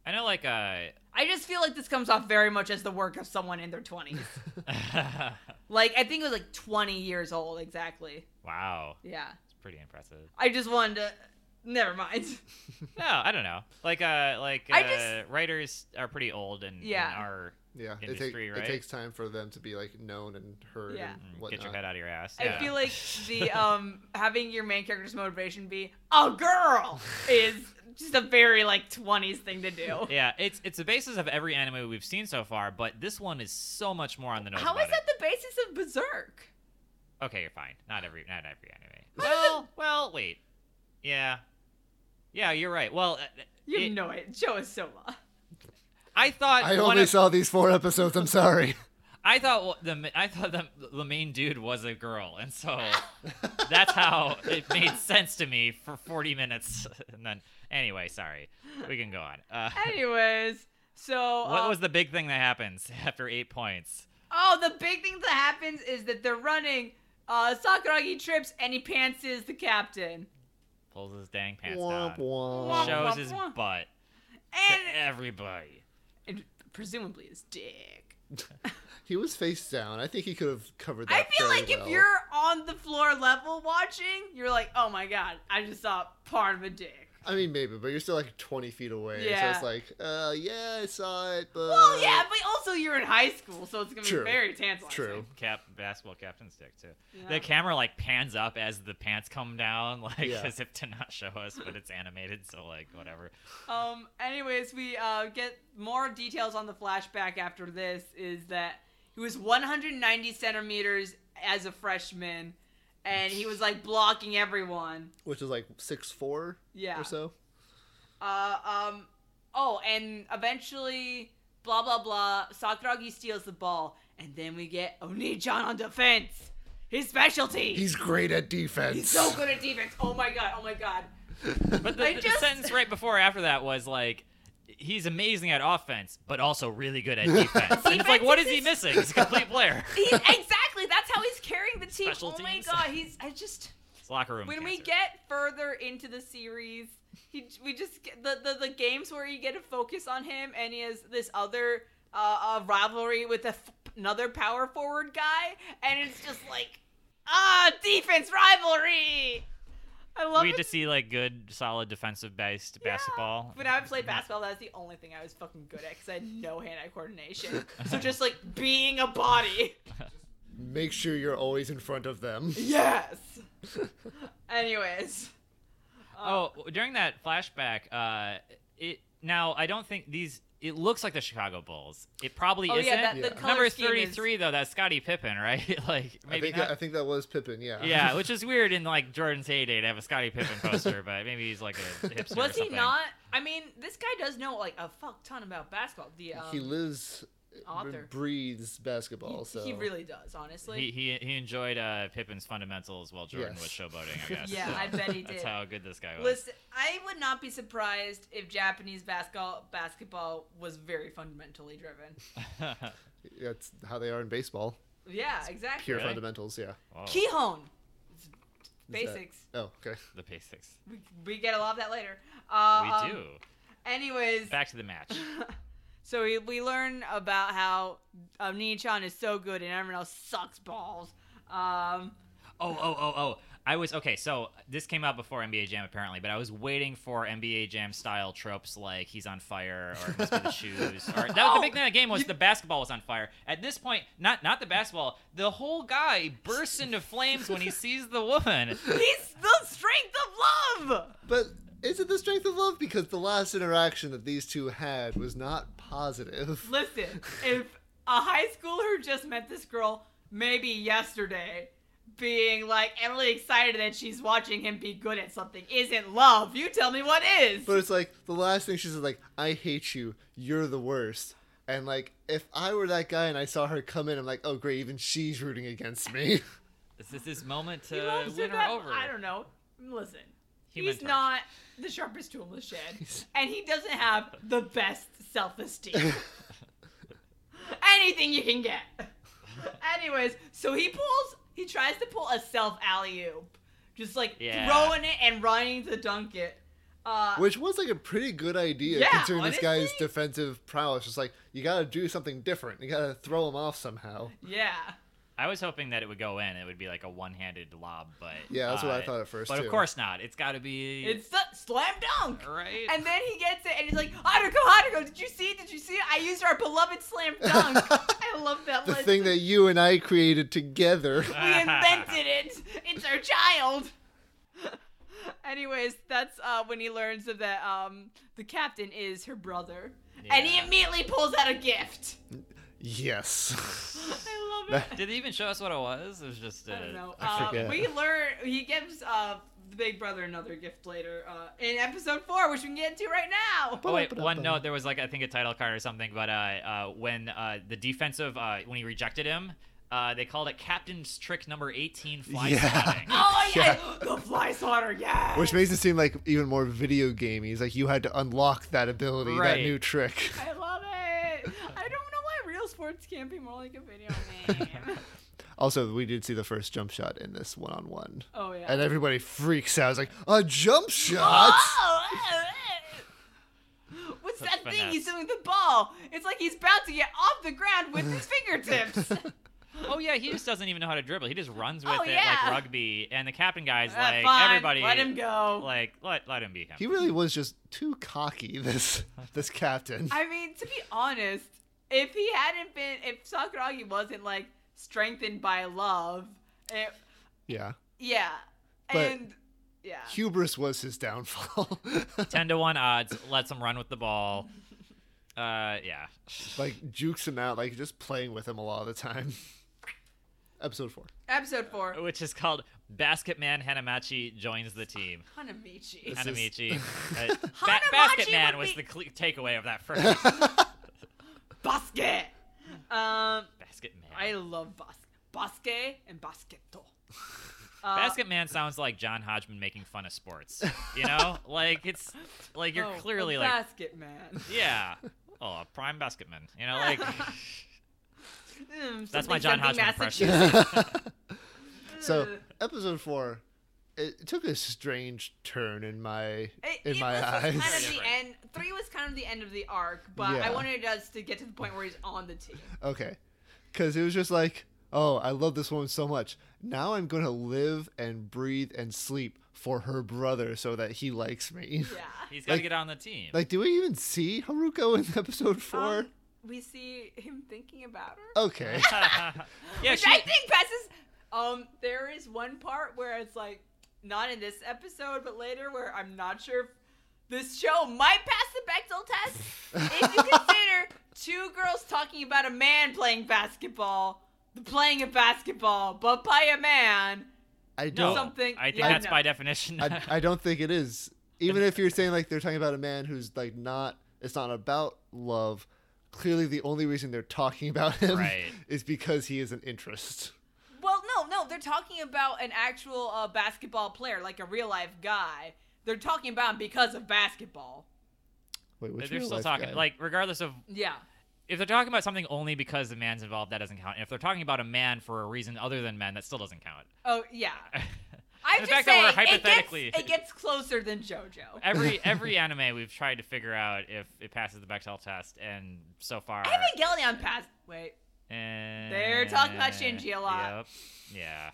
[SPEAKER 2] I know, like, uh,
[SPEAKER 1] I just feel like this comes off very much as the work of someone in their twenties. like I think it was like twenty years old exactly.
[SPEAKER 2] wow,
[SPEAKER 1] Yeah.
[SPEAKER 2] it's pretty impressive.
[SPEAKER 1] I just wanted to. Never mind.
[SPEAKER 2] No, I don't know. Like, uh, like, uh,
[SPEAKER 1] I just-
[SPEAKER 2] writers are pretty old and
[SPEAKER 1] Yeah.
[SPEAKER 2] and are
[SPEAKER 3] yeah, it, take,
[SPEAKER 2] Industry,
[SPEAKER 3] it
[SPEAKER 2] right?
[SPEAKER 3] takes time for them to be like known and heard
[SPEAKER 1] Yeah.
[SPEAKER 2] mm,
[SPEAKER 3] and whatnot.
[SPEAKER 2] get your head out of your ass.
[SPEAKER 1] I
[SPEAKER 2] Yeah.
[SPEAKER 1] feel like the um having your main character's motivation be a girl is just a very like twenties thing to do.
[SPEAKER 2] Yeah, it's it's the basis of every anime we've seen so far, but this one is so much more on the nose.
[SPEAKER 1] How
[SPEAKER 2] about
[SPEAKER 1] is that the basis of Berserk?
[SPEAKER 2] It. Okay, you're fine. Not every, not every anime. well, well, wait. Yeah. Yeah, you're right. Well, uh,
[SPEAKER 1] You
[SPEAKER 2] it-
[SPEAKER 1] know it. Joe is so lost.
[SPEAKER 2] I thought
[SPEAKER 3] I
[SPEAKER 2] one
[SPEAKER 3] only
[SPEAKER 2] of,
[SPEAKER 3] saw these four episodes. I'm sorry.
[SPEAKER 2] I thought the ma- I thought the, the main dude was a girl, and so that's how it made sense to me for 40 minutes. And then, anyway, sorry, we can go on. Uh,
[SPEAKER 1] Anyways, so
[SPEAKER 2] what
[SPEAKER 3] uh,
[SPEAKER 1] um,
[SPEAKER 2] was the big thing that happens after eight points?
[SPEAKER 1] Oh, the big thing that happens is that they're running. Uh, Sakuragi trips and he pantses the captain.
[SPEAKER 2] Pulls his dang pants
[SPEAKER 3] Womp
[SPEAKER 2] down,
[SPEAKER 3] womp.
[SPEAKER 1] Show-
[SPEAKER 2] shows his
[SPEAKER 1] Womp, womp.
[SPEAKER 2] butt to
[SPEAKER 1] And,
[SPEAKER 2] everybody.
[SPEAKER 1] and presumably his dick.
[SPEAKER 3] He was face down. I think he could have covered that.
[SPEAKER 1] I feel
[SPEAKER 3] very
[SPEAKER 1] like
[SPEAKER 3] well.
[SPEAKER 1] if you're on the floor level watching, you're like, oh my god, I just saw part of a dick.
[SPEAKER 3] I mean, maybe, but you're still like 20 feet away. So
[SPEAKER 1] Yeah.
[SPEAKER 3] it's like, uh, yeah, I saw it, but.
[SPEAKER 1] Well, yeah, but also you're in high school, so it's gonna
[SPEAKER 3] Uh, True.
[SPEAKER 1] be very tantalizing.
[SPEAKER 3] True.
[SPEAKER 2] Cap basketball captain stick too.
[SPEAKER 1] Yeah.
[SPEAKER 2] The camera like pans up as the pants come down, like
[SPEAKER 3] Yeah.
[SPEAKER 2] as if to not show us, but it's animated, so like whatever.
[SPEAKER 1] Um. Anyways, we uh, get more details on the flashback after this. Is that he was 190 centimeters as a freshman, and he was like blocking everyone.
[SPEAKER 3] Which is like 6'4
[SPEAKER 1] Yeah.
[SPEAKER 3] or so.
[SPEAKER 1] Uh. Um. Oh, and eventually, blah blah blah. Sakuragi steals the ball, and then we get Oni-chan on defense. His specialty.
[SPEAKER 3] He's great at defense.
[SPEAKER 1] He's so good at defense. Oh my god. Oh my god.
[SPEAKER 2] But the,
[SPEAKER 1] I
[SPEAKER 2] the
[SPEAKER 1] just-
[SPEAKER 2] sentence right before or after that was like, he's amazing at offense, but also really good at defense. and it's like, what is he missing? He's a complete player.
[SPEAKER 1] He's, exactly. That's how he's carrying the team.
[SPEAKER 2] Special
[SPEAKER 1] oh my
[SPEAKER 2] teams.
[SPEAKER 1] god. He's. I just.
[SPEAKER 2] It's locker room.
[SPEAKER 1] when we
[SPEAKER 2] cancer.
[SPEAKER 1] get further into the series he we just get the, the the games where you get to focus on him and he has this other uh, uh rivalry with a f- another power forward guy and it's just like ah defense rivalry i love
[SPEAKER 2] we
[SPEAKER 1] it
[SPEAKER 2] just see like good, solid defensive based
[SPEAKER 1] Yeah.
[SPEAKER 2] basketball.
[SPEAKER 1] when I played basketball, that's the only thing I was fucking good at because I had no hand-eye coordination. So just like being a body.
[SPEAKER 3] Make sure you're always in front of them.
[SPEAKER 1] Yes. Anyways.
[SPEAKER 2] Oh, during that flashback, uh, it now I don't think these. It looks like the Chicago Bulls. It probably
[SPEAKER 1] Oh
[SPEAKER 2] isn't.
[SPEAKER 1] yeah, that,
[SPEAKER 3] Yeah.
[SPEAKER 1] the color
[SPEAKER 2] Number
[SPEAKER 1] scheme is-
[SPEAKER 2] thirty-three though, that's Scottie Pippen, right? like
[SPEAKER 3] I
[SPEAKER 2] maybe
[SPEAKER 3] think,
[SPEAKER 2] not.
[SPEAKER 3] I think that was Pippin, yeah.
[SPEAKER 2] yeah, which is weird in like Jordan's heyday to have a Scottie Pippen poster, but maybe he's like a hipster. or
[SPEAKER 1] Was he
[SPEAKER 2] something.
[SPEAKER 1] not? I mean, this guy does know like a fuck ton about basketball. The um,
[SPEAKER 3] he lives,
[SPEAKER 1] author.
[SPEAKER 3] breathes basketball. so
[SPEAKER 1] he really does, honestly.
[SPEAKER 2] He, he he enjoyed uh, Pippin's fundamentals while Jordan
[SPEAKER 3] Yes.
[SPEAKER 2] was showboating. I guess.
[SPEAKER 1] Yeah,
[SPEAKER 2] So
[SPEAKER 1] I bet he
[SPEAKER 2] That's
[SPEAKER 1] did.
[SPEAKER 2] how good this guy was.
[SPEAKER 1] Listen, I would not be surprised if Japanese basketball basketball was very fundamentally driven.
[SPEAKER 3] That's how they are in baseball.
[SPEAKER 1] Yeah, exactly.
[SPEAKER 3] Pure
[SPEAKER 2] Really?
[SPEAKER 3] fundamentals, yeah.
[SPEAKER 2] Whoa,
[SPEAKER 1] Keyhone.
[SPEAKER 3] that-
[SPEAKER 1] Basics.
[SPEAKER 3] Oh, okay.
[SPEAKER 2] the basics.
[SPEAKER 1] We, we get a lot of that later. Uh,
[SPEAKER 2] we
[SPEAKER 1] um,
[SPEAKER 2] do.
[SPEAKER 1] Anyways,
[SPEAKER 2] Back to the match.
[SPEAKER 1] so we, we learn about how um, Nichan is so good and everyone else sucks balls. Um,
[SPEAKER 2] Oh, oh, oh, oh. I was okay. So this came out before NBA Jam apparently, but I was waiting for NBA Jam style tropes like he's on fire or it must be the shoes. Or, that was the big thing. That game was the basketball was on fire. At this point, not not the basketball. The whole guy bursts into flames when he sees the woman.
[SPEAKER 1] he's the strength of love.
[SPEAKER 3] But is it the strength of love? Because the last interaction that these two had was not positive.
[SPEAKER 1] Listen, if a high schooler just met this girl maybe yesterday, being like really excited that she's watching him be good at something isn't love, you tell me what is.
[SPEAKER 3] But it's like the last thing she says, like, "I hate you. You're the worst." And like, if I were that guy and I saw her come in, I'm like, "Oh great, even she's rooting against me."
[SPEAKER 2] This is his moment
[SPEAKER 1] He
[SPEAKER 2] to
[SPEAKER 1] loves her
[SPEAKER 2] win her
[SPEAKER 1] that-
[SPEAKER 2] over.
[SPEAKER 1] I don't know. Listen,
[SPEAKER 2] Human
[SPEAKER 1] he's
[SPEAKER 2] torch.
[SPEAKER 1] not the sharpest tool in the shed, and he doesn't have the best self esteem. Anything you can get. Anyways, so he pulls, he tries to pull a self alley oop, just like
[SPEAKER 2] Yeah.
[SPEAKER 1] throwing it and running to dunk it. Uh,
[SPEAKER 3] Which was like a pretty good idea
[SPEAKER 1] Yeah,
[SPEAKER 3] considering this guy's
[SPEAKER 1] honestly.
[SPEAKER 3] defensive prowess. Just like you gotta do something different. You gotta throw him off somehow.
[SPEAKER 1] yeah.
[SPEAKER 2] I was hoping that it would go in. It would be like a one-handed lob, but
[SPEAKER 3] Yeah, that's what I
[SPEAKER 2] uh,
[SPEAKER 3] thought at first,
[SPEAKER 2] But
[SPEAKER 3] too.
[SPEAKER 2] of course not. It's got to be
[SPEAKER 1] It's the slam dunk.
[SPEAKER 2] right.
[SPEAKER 1] And then he gets it and he's like, Haruko, Haruko, did you see it? Did you see it? I used our beloved slam dunk. I love that
[SPEAKER 3] The
[SPEAKER 1] line.
[SPEAKER 3] thing that you and I created together.
[SPEAKER 1] We invented it. It's our child. Anyways, that's uh, when he learns of that um, the captain is her brother, and he
[SPEAKER 2] Yeah.
[SPEAKER 1] immediately pulls out a gift.
[SPEAKER 3] Yes.
[SPEAKER 1] I love
[SPEAKER 3] That-
[SPEAKER 1] it.
[SPEAKER 2] Did they even show us what it was? It was just. Uh,
[SPEAKER 1] I don't know.
[SPEAKER 3] I
[SPEAKER 1] Uh,
[SPEAKER 3] forget.
[SPEAKER 1] we learn he gives uh, the big brother another gift later uh, in episode four, which we can get into right now.
[SPEAKER 2] Oh wait, one note. There was like I think a title card or something, but uh, uh, when uh, the defensive uh, when he rejected him, uh, they called it Captain's Trick Number 18 Fly
[SPEAKER 3] Yeah.
[SPEAKER 2] Spotting.
[SPEAKER 1] Oh yeah,
[SPEAKER 3] Yeah.
[SPEAKER 1] the fly swatter. Yeah.
[SPEAKER 3] Which makes it seem like even more video gamey. It's like you had to unlock that ability, that
[SPEAKER 2] Right.
[SPEAKER 3] new trick.
[SPEAKER 1] I love it. I don't know why real sports can't be more like a video game.
[SPEAKER 3] Also, we did see the first jump shot in this one on one.
[SPEAKER 1] oh yeah.
[SPEAKER 3] And everybody freaks out. It's like, a jump shot?
[SPEAKER 1] Oh, What's
[SPEAKER 2] Such
[SPEAKER 1] that thing he's
[SPEAKER 2] finesse.
[SPEAKER 1] doing with the ball? It's like he's about to get off the ground with his fingertips.
[SPEAKER 2] oh yeah, he just doesn't even know how to dribble. He just runs with
[SPEAKER 1] Oh,
[SPEAKER 2] it
[SPEAKER 1] yeah.
[SPEAKER 2] like rugby, and the captain guy's
[SPEAKER 1] Ah,
[SPEAKER 2] like
[SPEAKER 1] fine,
[SPEAKER 2] everybody
[SPEAKER 1] let him go.
[SPEAKER 2] like let let him be him.
[SPEAKER 3] He really was just too cocky, this this captain.
[SPEAKER 1] I mean, to be honest, if he hadn't been, if Sakuragi wasn't like strengthened by love, it,
[SPEAKER 3] Yeah.
[SPEAKER 1] yeah,
[SPEAKER 3] But-
[SPEAKER 1] and yeah,
[SPEAKER 3] Hubris was his downfall.
[SPEAKER 2] Ten to one odds. Lets him run with the ball. Uh, yeah.
[SPEAKER 3] like, jukes him out, like, just playing with him a lot of the time. Episode four.
[SPEAKER 1] episode four,
[SPEAKER 2] Which is called Basket Man Hanamachi joins the team.
[SPEAKER 1] Hanamichi.
[SPEAKER 3] This is-
[SPEAKER 2] Hanamichi. Uh, ba-
[SPEAKER 1] Hanamachi
[SPEAKER 2] Basket Man
[SPEAKER 1] would
[SPEAKER 2] was
[SPEAKER 1] be-
[SPEAKER 2] the cle takeaway of that first.
[SPEAKER 1] basket. Um,
[SPEAKER 2] Basket Man.
[SPEAKER 1] I love bas- basket and basketto. Uh,
[SPEAKER 2] Basket Man sounds like John Hodgman making fun of sports. You know, like it's like you're
[SPEAKER 1] oh, a
[SPEAKER 2] clearly like
[SPEAKER 1] basket man.
[SPEAKER 2] yeah, oh, a prime basket man. You know, like
[SPEAKER 1] Mm,
[SPEAKER 2] That's my
[SPEAKER 1] something,
[SPEAKER 2] John
[SPEAKER 1] something
[SPEAKER 2] Hodgman impression.
[SPEAKER 1] Massachusetts.
[SPEAKER 3] so, episode four, it took a strange turn in my
[SPEAKER 1] It,
[SPEAKER 3] in
[SPEAKER 1] it
[SPEAKER 3] my
[SPEAKER 1] was
[SPEAKER 3] eyes.
[SPEAKER 1] kind of
[SPEAKER 2] Yeah.
[SPEAKER 1] the end. Three was kind of the end of the arc, but
[SPEAKER 3] Yeah.
[SPEAKER 1] I wanted us to get to the point where he's on the team.
[SPEAKER 3] Okay. Because it was just like, oh, I love this woman so much. Now I'm going to live and breathe and sleep for her brother so that he likes me.
[SPEAKER 1] Yeah.
[SPEAKER 2] he's got to
[SPEAKER 3] Like-
[SPEAKER 2] get on the team.
[SPEAKER 3] Like, do we even see Haruko in episode four? Oh,
[SPEAKER 1] Um, we see him thinking about her.
[SPEAKER 3] okay.
[SPEAKER 2] yeah,
[SPEAKER 1] which
[SPEAKER 2] she,
[SPEAKER 1] I think passes. Um, there is one part where it's like not in this episode, but later where I'm not sure if this show might pass the Bechtel test if you consider two girls talking about a man playing basketball, the playing of basketball, but by a man.
[SPEAKER 3] I
[SPEAKER 2] no,
[SPEAKER 3] don't.
[SPEAKER 1] something-
[SPEAKER 2] I think
[SPEAKER 1] yeah,
[SPEAKER 2] that's
[SPEAKER 1] no.
[SPEAKER 2] by definition.
[SPEAKER 3] I, I don't think it is. Even if you're saying like they're talking about a man who's like not, it's not about love. Clearly, the only reason they're talking about him
[SPEAKER 2] Right.
[SPEAKER 3] is because he is an interest.
[SPEAKER 1] Well, no, no, they're talking about an actual uh, basketball player, like a real life guy. They're talking about him because of basketball.
[SPEAKER 3] Wait, which
[SPEAKER 2] they're
[SPEAKER 3] real
[SPEAKER 2] still
[SPEAKER 3] life
[SPEAKER 2] talking
[SPEAKER 3] guy?
[SPEAKER 2] like regardless of
[SPEAKER 1] Yeah.
[SPEAKER 2] if they're talking about something only because the man's involved, that doesn't count. And if they're talking about a man for a reason other than men, that still doesn't count.
[SPEAKER 1] Oh, yeah. I'm
[SPEAKER 2] The
[SPEAKER 1] just
[SPEAKER 2] fact that
[SPEAKER 1] saying,
[SPEAKER 2] we're
[SPEAKER 1] it,
[SPEAKER 2] hypothetically-
[SPEAKER 1] gets, it gets closer than JoJo.
[SPEAKER 2] every every anime we've tried to figure out if it passes the Bechdel test, and so far
[SPEAKER 1] Evangelion passed. Wait.
[SPEAKER 2] They're
[SPEAKER 1] talking about Shinji a lot.
[SPEAKER 2] Yep. Yeah.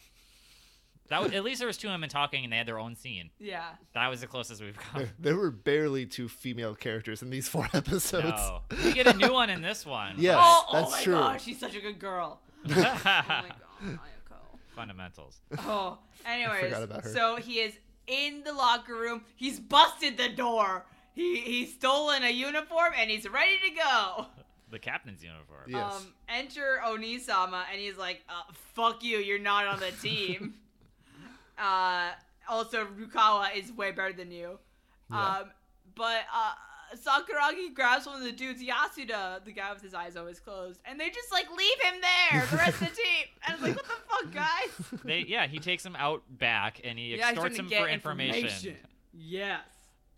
[SPEAKER 2] That was, at least there was two women talking and they had their own scene.
[SPEAKER 1] Yeah.
[SPEAKER 2] That was the closest we've come.
[SPEAKER 3] There- there were barely two female characters in these four episodes.
[SPEAKER 2] No. We get a new one in this one.
[SPEAKER 3] Yes,
[SPEAKER 1] oh, oh
[SPEAKER 3] that's
[SPEAKER 1] my
[SPEAKER 3] true.
[SPEAKER 1] god, she's such a good girl. Oh my god, Ayako.
[SPEAKER 2] Fundamentals.
[SPEAKER 1] Oh, anyways.
[SPEAKER 3] about her.
[SPEAKER 1] So he is in the locker room. He's busted the door. He he's stolen a uniform and he's ready to go.
[SPEAKER 2] The captain's uniform.
[SPEAKER 3] Yeah. Yes.
[SPEAKER 1] Um, enter Onisama and he's like, uh, "Fuck you, you're not on the team." uh, also, Rukawa is way better than you.
[SPEAKER 3] Yeah.
[SPEAKER 1] Um, but uh, Sakuragi grabs one of the dudes, Yasuda, the guy with his eyes always closed, and they just like leave him there. The rest of the team, and it's like, "What the fuck, guys?"
[SPEAKER 2] They yeah, he takes him out back and he
[SPEAKER 1] Yeah, he's trying
[SPEAKER 2] extorts
[SPEAKER 1] to
[SPEAKER 2] him
[SPEAKER 1] get
[SPEAKER 2] for information,
[SPEAKER 1] Yes.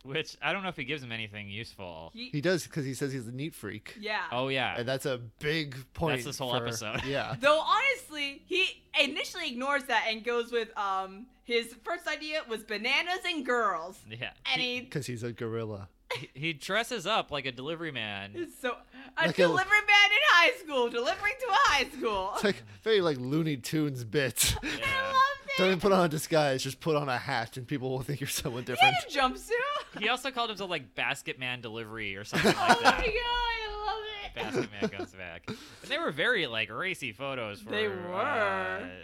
[SPEAKER 2] Which I don't know if he gives him anything useful.
[SPEAKER 1] He,
[SPEAKER 3] He does because he says he's a neat freak.
[SPEAKER 1] yeah.
[SPEAKER 2] oh yeah.
[SPEAKER 3] And that's a big point.
[SPEAKER 2] this whole
[SPEAKER 3] for-
[SPEAKER 2] episode.
[SPEAKER 3] Yeah.
[SPEAKER 1] Though honestly, he initially ignores that and goes with um his first idea was bananas and girls.
[SPEAKER 2] yeah.
[SPEAKER 1] And
[SPEAKER 2] he,
[SPEAKER 1] he
[SPEAKER 3] Because he's a gorilla.
[SPEAKER 2] he he dresses up like a delivery man.
[SPEAKER 1] is so a
[SPEAKER 3] Like a-
[SPEAKER 1] delivery man in high school, delivering to a high school.
[SPEAKER 3] It's like very like Looney Tunes bit.
[SPEAKER 1] I
[SPEAKER 2] Yeah.
[SPEAKER 1] loved it.
[SPEAKER 3] Don't even put on a disguise, just put on a hat and people will think you're someone
[SPEAKER 1] He had
[SPEAKER 3] different.
[SPEAKER 1] a jumpsuit.
[SPEAKER 2] He also called himself like basket man delivery or something
[SPEAKER 1] Oh
[SPEAKER 2] like
[SPEAKER 1] my god,
[SPEAKER 2] that.
[SPEAKER 1] I love it.
[SPEAKER 2] Basket Man comes back. But they were very like racy photos for
[SPEAKER 1] They
[SPEAKER 2] uh,
[SPEAKER 1] were.